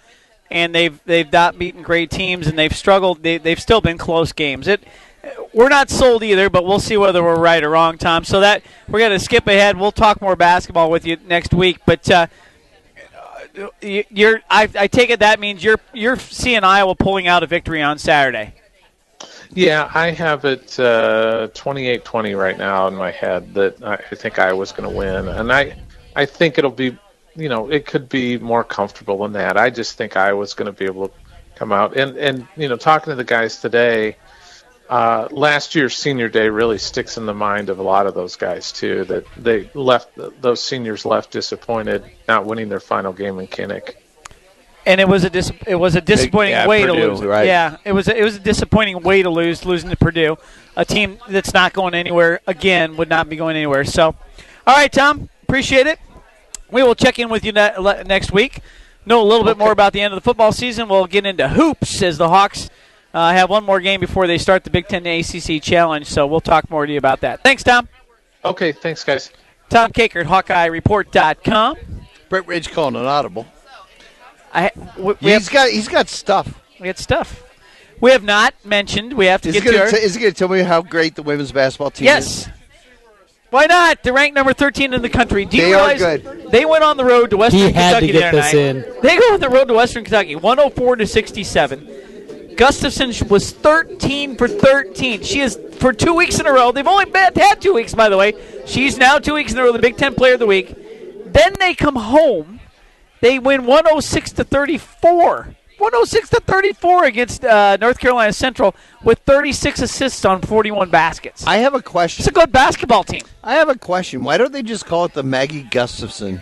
[SPEAKER 1] and they've they've not beaten great teams, and they've struggled. They, they've still been close games. It we're not sold either, but we'll see whether we're right or wrong, Tom. So that we're going to skip ahead. We'll talk more basketball with you next week, but. Uh, you- you're, I, I take it that means you're you're seeing Iowa pulling out a victory on Saturday.
[SPEAKER 12] Yeah, I have it uh, 28-20 right now in my head that I I think I was going to win, and I, I think it'll be, you know, it could be more comfortable than that. I just think I was going to be able to come out and and you know talking to the guys today, uh, last year's senior day really sticks in the mind of a lot of those guys too. That they left those seniors left disappointed, not winning their final game in Kinnick.
[SPEAKER 1] And it was a dis- it was a disappointing
[SPEAKER 12] yeah,
[SPEAKER 1] way to
[SPEAKER 12] Purdue,
[SPEAKER 1] lose.
[SPEAKER 12] right.
[SPEAKER 1] Yeah, it was a, it was a disappointing way to lose losing to Purdue, a team that's not going anywhere again would not be going anywhere. So, all right, Tom, appreciate it. We will check in with you ne- le- next week. Know a little bit more about the end of the football season. We'll get into hoops as the Hawks uh, have one more game before they start the Big Ten ACC Challenge. So we'll talk more to you about that. Thanks, Tom.
[SPEAKER 12] Okay, thanks guys.
[SPEAKER 1] Tom Caker at HawkeyeReport.com.
[SPEAKER 2] Brett Ridge calling an audible.
[SPEAKER 1] I, w-
[SPEAKER 2] He's got- he's got stuff.
[SPEAKER 1] We got stuff. We have not mentioned. We have to
[SPEAKER 2] Is he
[SPEAKER 1] get to.
[SPEAKER 2] going to
[SPEAKER 1] our-
[SPEAKER 2] tell me how great the women's basketball team
[SPEAKER 1] Yes.
[SPEAKER 2] is?
[SPEAKER 1] Why not? They're ranked number 13 in the country. Do you
[SPEAKER 2] They are
[SPEAKER 1] realize
[SPEAKER 2] good.
[SPEAKER 1] they went on the road to Western
[SPEAKER 2] He
[SPEAKER 1] Kentucky
[SPEAKER 2] had to get
[SPEAKER 1] the other
[SPEAKER 2] this
[SPEAKER 1] night. They go on the road to Western Kentucky, 104 to 67. Gustafson sh- was 13 for 13. She is for two weeks in a row. They've only been, had two weeks, by the way. She's now two weeks in a row the Big Ten Player of the Week. Then they come home. They win 106 to 34. 106 to 34 against uh, North Carolina Central with 36 assists on 41 baskets.
[SPEAKER 2] I have a question. It's
[SPEAKER 1] a good basketball team.
[SPEAKER 2] I have a question. Why don't they just call it the Maggie Gustafson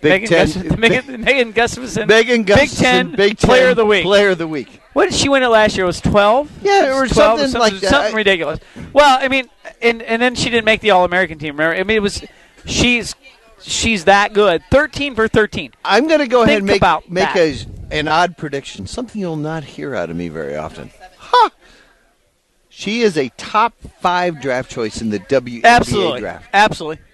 [SPEAKER 2] Big
[SPEAKER 1] Megan,
[SPEAKER 2] Ten?
[SPEAKER 1] Gustaf- Megan, Megan Gustafson.
[SPEAKER 2] Megan
[SPEAKER 1] Big
[SPEAKER 2] Gustafson,
[SPEAKER 1] Ten,
[SPEAKER 2] Big Ten
[SPEAKER 1] Player of the Week.
[SPEAKER 2] Player of the Week.
[SPEAKER 1] What did she win it last year? It was 12?
[SPEAKER 2] Yeah, or
[SPEAKER 1] 12
[SPEAKER 2] something like that.
[SPEAKER 1] Something
[SPEAKER 2] I-
[SPEAKER 1] ridiculous. Well, I mean, and, and then she didn't make the All American team, remember? I mean, it was, she's she's that good. 13 for 13.
[SPEAKER 2] I'm going to go ahead and make,
[SPEAKER 1] about
[SPEAKER 2] make
[SPEAKER 1] that.
[SPEAKER 2] a, an odd prediction, something you'll not hear out of me very often. Huh. She is a top five draft choice in the WNBA
[SPEAKER 1] Absolutely.
[SPEAKER 2] draft.
[SPEAKER 1] Absolutely.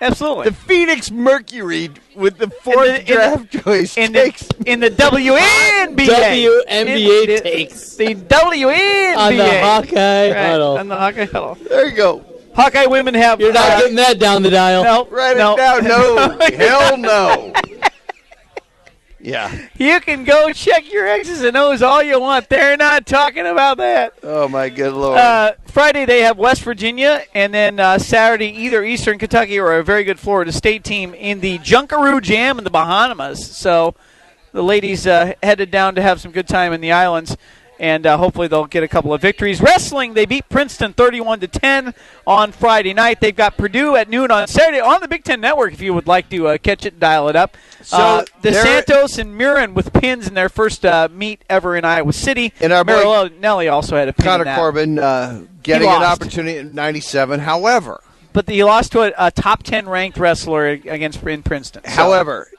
[SPEAKER 1] Absolutely.
[SPEAKER 2] The Phoenix Mercury with the fourth draft choice
[SPEAKER 1] in
[SPEAKER 2] takes
[SPEAKER 1] the, in the WNBA.
[SPEAKER 3] WNBA
[SPEAKER 1] In the-
[SPEAKER 3] takes.
[SPEAKER 1] The WNBA.
[SPEAKER 3] On the Hawkeye
[SPEAKER 1] Right,
[SPEAKER 3] huddle.
[SPEAKER 1] On the Hawkeye huddle.
[SPEAKER 2] There you go.
[SPEAKER 1] Hawkeye women have.
[SPEAKER 3] You're not
[SPEAKER 1] uh,
[SPEAKER 3] getting that down the dial.
[SPEAKER 1] No, Write it no. down. No. Hell
[SPEAKER 2] no. Yeah.
[SPEAKER 1] You can go check your X's and O's all you want. They're not talking about that.
[SPEAKER 2] Oh my good lord.
[SPEAKER 1] Uh, Friday they have West Virginia, and then uh, Saturday either Eastern Kentucky or a very good Florida State team in the Junkaroo Jam in the Bahamas. So the ladies uh, headed down to have some good time in the islands, and uh, hopefully they'll get a couple of victories. Wrestling they beat Princeton thirty-one to ten on Friday night. They've got Purdue at noon on Saturday on the Big Ten Network. If you would like to uh, catch it, dial it up.
[SPEAKER 2] So
[SPEAKER 1] uh,
[SPEAKER 2] there-
[SPEAKER 1] DeSantos and Murin with pins in their first uh, meet ever in Iowa City.
[SPEAKER 2] And our boy-
[SPEAKER 1] Marinelli also had a pin
[SPEAKER 2] Connor
[SPEAKER 1] in that.
[SPEAKER 2] Corbin uh, getting
[SPEAKER 1] He
[SPEAKER 2] an
[SPEAKER 1] lost.
[SPEAKER 2] opportunity at 97. However,
[SPEAKER 1] But he lost to a, a top ten ranked wrestler against in Princeton. So-
[SPEAKER 2] however,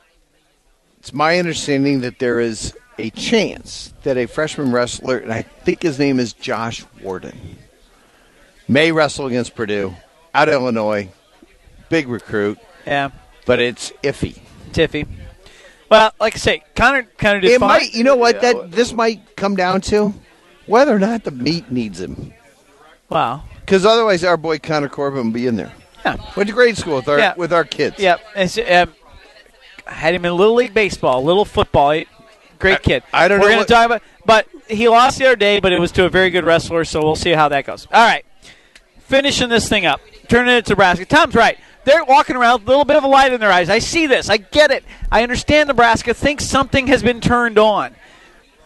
[SPEAKER 2] it's my understanding that there is a chance that a freshman wrestler, and I think his name is Josh Warden, May wrestle against Purdue out of Illinois. Big recruit.
[SPEAKER 1] Yeah.
[SPEAKER 2] But it's iffy.
[SPEAKER 1] Tiffy. Well, like I say, Connor kind of did
[SPEAKER 2] It
[SPEAKER 1] fine.
[SPEAKER 2] might, you know what? That this might come down to whether or not the meat needs him.
[SPEAKER 1] Wow.
[SPEAKER 2] Because otherwise, our boy Connor Corbin will be in there.
[SPEAKER 1] Yeah.
[SPEAKER 2] Went to grade school with our
[SPEAKER 1] Yeah.
[SPEAKER 2] with our kids.
[SPEAKER 1] Yep. It's, um, I had him in little league baseball, little football. He- Great kid. I,
[SPEAKER 2] don't
[SPEAKER 1] We're
[SPEAKER 2] know
[SPEAKER 1] going
[SPEAKER 2] what-
[SPEAKER 1] to talk about, but he lost the other day, but it was to a very good wrestler, so we'll see how that goes. All right, finishing this thing up, turning it to Nebraska. Tom's right. They're walking around with a little bit of a light in their eyes. I see this. I get it. I understand Nebraska thinks something has been turned on.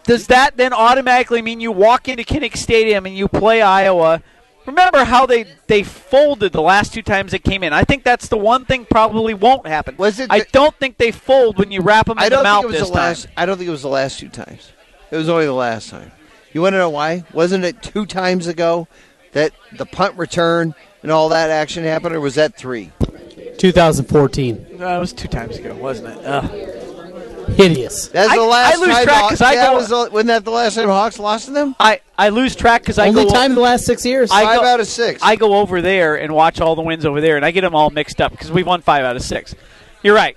[SPEAKER 1] Does that then automatically mean you walk into Kinnick Stadium and you play Iowa? Remember how they, they folded the last two times they came in. I think that's the one thing probably won't happen. Was it I don't think they fold when you wrap them in
[SPEAKER 2] I don't
[SPEAKER 1] the mouth
[SPEAKER 2] think it was
[SPEAKER 1] this
[SPEAKER 2] the last.
[SPEAKER 1] time.
[SPEAKER 2] I don't think it was the last two times. It was only the last time. You want to know why? Wasn't it two times ago that the punt return and all that action happened, or was that three?
[SPEAKER 3] 2014.
[SPEAKER 1] No, it was two times ago, wasn't it? Ugh.
[SPEAKER 3] Hideous.
[SPEAKER 2] That's
[SPEAKER 1] I-
[SPEAKER 2] the last.
[SPEAKER 1] I lose
[SPEAKER 2] time
[SPEAKER 1] track
[SPEAKER 2] Hawks-
[SPEAKER 1] 'cause I
[SPEAKER 2] that
[SPEAKER 1] go-
[SPEAKER 2] was the- wasn't that the last time Hawks lost to them?
[SPEAKER 1] I, I lose track because I
[SPEAKER 3] Only
[SPEAKER 1] go
[SPEAKER 3] time in the last six years.
[SPEAKER 1] I
[SPEAKER 2] Five
[SPEAKER 1] go,
[SPEAKER 2] out of six.
[SPEAKER 1] I go over there and watch all the wins over there, and I get them all mixed up because we've won five out of six. You're right.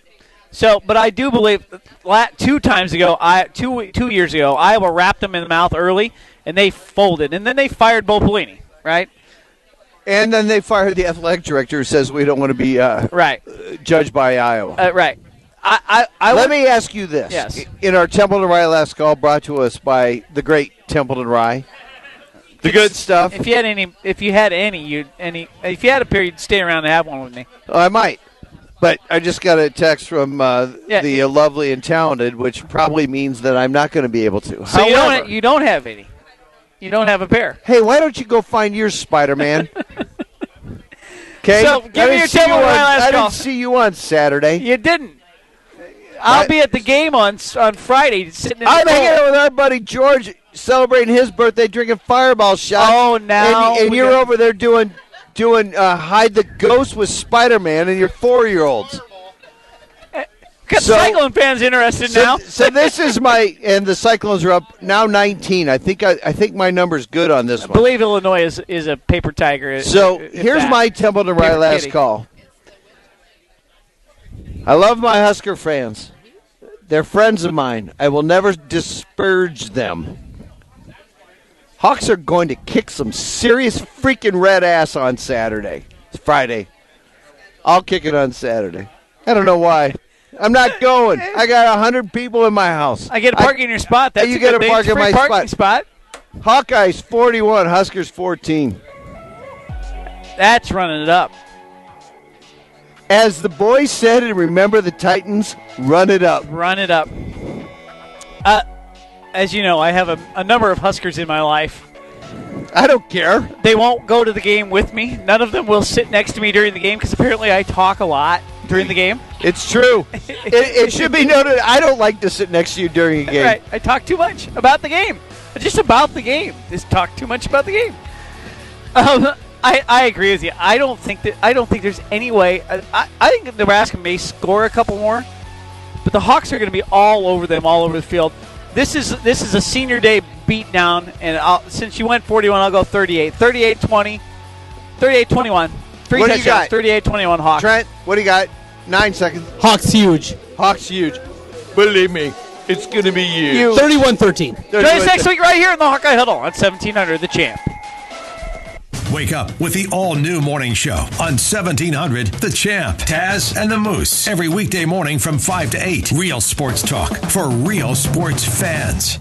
[SPEAKER 1] So, but I do believe la- two times ago, I two two years ago, Iowa wrapped them in the mouth early, and they folded, and then they fired Bo Pelini, right?
[SPEAKER 2] And then they fired the athletic director who says we don't want to be uh,
[SPEAKER 1] right
[SPEAKER 2] judged by Iowa.
[SPEAKER 1] Uh, right. I, I, I
[SPEAKER 2] Let
[SPEAKER 1] would-
[SPEAKER 2] me ask you this.
[SPEAKER 1] Yes.
[SPEAKER 2] In our Templeton Rye last call brought to us by the great Templeton Rye. uh, The good stuff.
[SPEAKER 1] If you had any, if you had any, you would any, if you had a pair, you'd stay around and have one with me.
[SPEAKER 2] Oh, I might. But I just got a text from uh,
[SPEAKER 1] Yeah.
[SPEAKER 2] the uh, lovely and talented, which probably means that I'm not going to be able to.
[SPEAKER 1] So you
[SPEAKER 2] However-
[SPEAKER 1] don't, you don't have any. You don't have a pair.
[SPEAKER 2] hey, why don't you go find your Spider Man? Okay.
[SPEAKER 1] So, give me your Templeton Rye last
[SPEAKER 2] I
[SPEAKER 1] call.
[SPEAKER 2] didn't see you on Saturday.
[SPEAKER 1] You didn't. I'll be at the game on s- on Friday, sitting. In
[SPEAKER 2] I'm
[SPEAKER 1] the
[SPEAKER 2] hanging
[SPEAKER 1] cold.
[SPEAKER 2] out with our buddy George, celebrating his birthday, drinking Fireball shots.
[SPEAKER 1] Oh, now
[SPEAKER 2] and, and
[SPEAKER 1] we
[SPEAKER 2] you're
[SPEAKER 1] got-
[SPEAKER 2] over there doing doing uh, hide the ghost with Spider-Man and your four-year-olds.
[SPEAKER 1] Got
[SPEAKER 2] So-
[SPEAKER 1] Cyclone fans interested
[SPEAKER 2] So,
[SPEAKER 1] now.
[SPEAKER 2] so this is my and the Cyclones are up now 19. I think I, I think my number's good on this
[SPEAKER 1] I
[SPEAKER 2] one.
[SPEAKER 1] believe Illinois is, is a paper tiger.
[SPEAKER 2] So
[SPEAKER 1] if
[SPEAKER 2] here's
[SPEAKER 1] that.
[SPEAKER 2] my Templeton Rye
[SPEAKER 1] Paper
[SPEAKER 2] last
[SPEAKER 1] kitty.
[SPEAKER 2] call. I love my Husker fans. They're friends of mine. I will never disparage them. Hawks are going to kick some serious freaking red ass on Saturday. It's Friday. I'll kick it on Saturday. I don't know why. I'm not going. I got hundred people in my house.
[SPEAKER 1] I get a parking in your spot. That's
[SPEAKER 2] you
[SPEAKER 1] a
[SPEAKER 2] get
[SPEAKER 1] good
[SPEAKER 2] a
[SPEAKER 1] thing.
[SPEAKER 2] park
[SPEAKER 1] It's
[SPEAKER 2] in my
[SPEAKER 1] free parking spot.
[SPEAKER 2] Hawkeyes 41, Huskers 14.
[SPEAKER 1] That's running it up.
[SPEAKER 2] As the boys said, and remember the Titans, run it up.
[SPEAKER 1] Run it up. Uh, as you know, I have a, a number of Huskers in my life.
[SPEAKER 2] I don't care.
[SPEAKER 1] They won't go to the game with me. None of them will sit next to me during the game because apparently I talk a lot during the game.
[SPEAKER 2] It's true. it, it should be noted I don't like to sit next to you during a game.
[SPEAKER 1] Right. I talk too much about the game. Just about the game. Just talk too much about the game. Um, I, I agree with you. I don't think that I don't think there's any way. I, I, I think Nebraska may score a couple more, but the Hawks are going to be all over them, all over the field. This is this is a senior day beatdown, and I'll, since you went 41, I'll go 38, 38, 20, 38, 21. Three
[SPEAKER 2] What do you
[SPEAKER 1] touchdowns,
[SPEAKER 2] got?
[SPEAKER 1] 38, 21 Hawks.
[SPEAKER 2] Trent, what do you got? Nine seconds.
[SPEAKER 3] Hawks huge.
[SPEAKER 2] Hawks huge. Believe me, it's going to be you.
[SPEAKER 3] 31 13.
[SPEAKER 1] Join us next week right here in the Hawkeye Huddle on 1700 The Champ.
[SPEAKER 4] Wake up with the all new morning show on 1700 The Champ, Taz, and the Moose. Every weekday morning from 5 to 8. Real sports talk for real sports fans.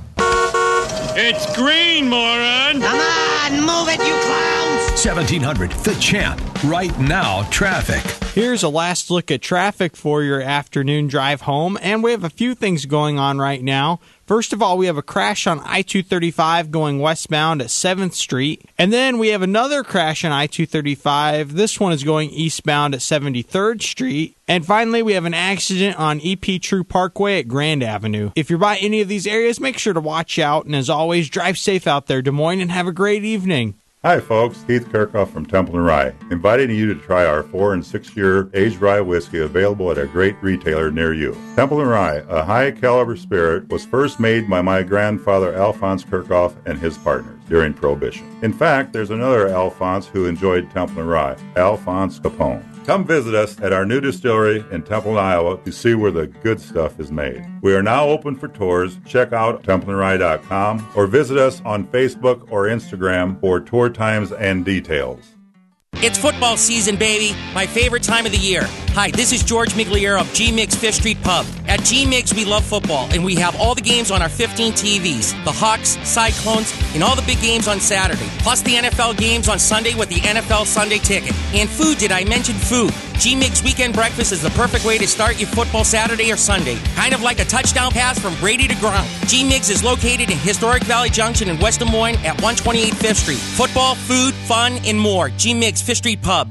[SPEAKER 5] It's green, moron! Come on, move it, you clowns!
[SPEAKER 4] 1700 The Champ. Right now, traffic.
[SPEAKER 13] Here's a last look at traffic for your afternoon drive home, and we have a few things going on right now. First of all, we have a crash on I 235 going westbound at 7th Street, and then we have another crash on I 235. This one is going eastbound at 73rd Street, and finally, we have an accident on EP True Parkway at Grand Avenue. If you're by any of these areas, make sure to watch out, and as always, drive safe out there, Des Moines, and have a great evening.
[SPEAKER 14] Hi, folks. Keith Kirkhoff from Temple and Rye, inviting you to try our four and six year aged rye whiskey available at a great retailer near you. Temple and Rye, a high caliber spirit, was first made by my grandfather Alphonse Kirkhoff and his partners during Prohibition. In fact, there's another Alphonse who enjoyed Temple and Rye, Alphonse Capone. Come visit us at our new distillery in Temple, Iowa to see where the good stuff is made. We are now open for tours. Check out templeandrye.com or visit us on Facebook or Instagram for tour times and details.
[SPEAKER 15] It's football season, baby. My favorite time of the year. Hi, this is George Migliere of G Mix Fifth Street Pub. At G Mix, we love football, and we have all the games on our 15 TVs the Hawks, Cyclones, and all the big games on Saturday, plus the NFL games on Sunday with the NFL Sunday ticket. And food, did I mention food? G Mix Weekend Breakfast is the perfect way to start your football Saturday or Sunday, kind of like a touchdown pass from Brady to Gronk. G Mix is located in Historic Valley Junction in West Des Moines at 128 Fifth Street. Football, food, fun, and more. G Mix Fifth Street Pub.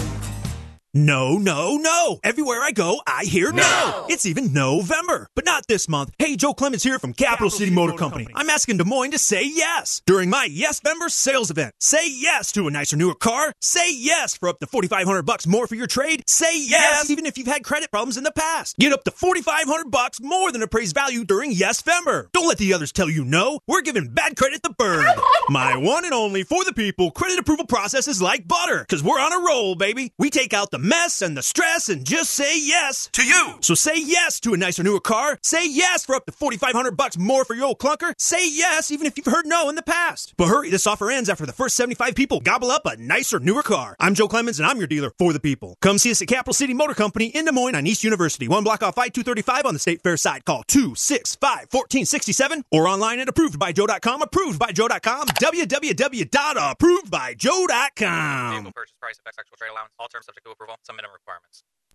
[SPEAKER 16] No, no, no. Everywhere I go, I hear no. It's even November, but not this month. Hey, Joe Clements here from Capital, City, Motor, Company. I'm asking Des Moines to say yes during my Yes Member sales event. Say yes to a nicer, newer car. Say yes for up to 4500 bucks more for your trade. Say yes, even if you've had credit problems in the past. Get up to 4500 bucks more than appraised value during Yes Fember. Don't let the others tell you no. We're giving bad credit the bird. My one and only for the people credit approval process is like butter, because we're on a roll, baby. We take out the mess and the stress and just say yes to you. So say yes to a nicer, newer car. Say yes for up to 4500 bucks more for your old clunker. Say yes even if you've heard no in the past. But hurry, this offer ends after the first 75 people gobble up a nicer, newer car. I'm Joe Clemens and I'm your dealer for the people. Come see us at Capital City Motor Company in Des Moines on East University, one block off I 235 on the State Fair side. Call 265 1467 or online at approvedbyjoe.com. Approved by Joe.com. www.approvedbyjoe.com.
[SPEAKER 25] Vehicle purchase price affects actual trade allowance. All terms subject to approval. Some minimum requirements.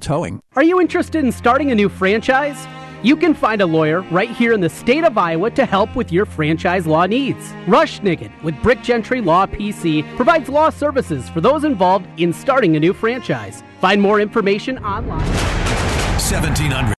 [SPEAKER 26] towing.
[SPEAKER 10] Are you interested in starting a new franchise? You can find a lawyer right here in the state of Iowa to help with your franchise law needs. Rushnigan with Brick Gentry Law PC provides law services for those involved in starting a new franchise. Find more information online.
[SPEAKER 4] 1700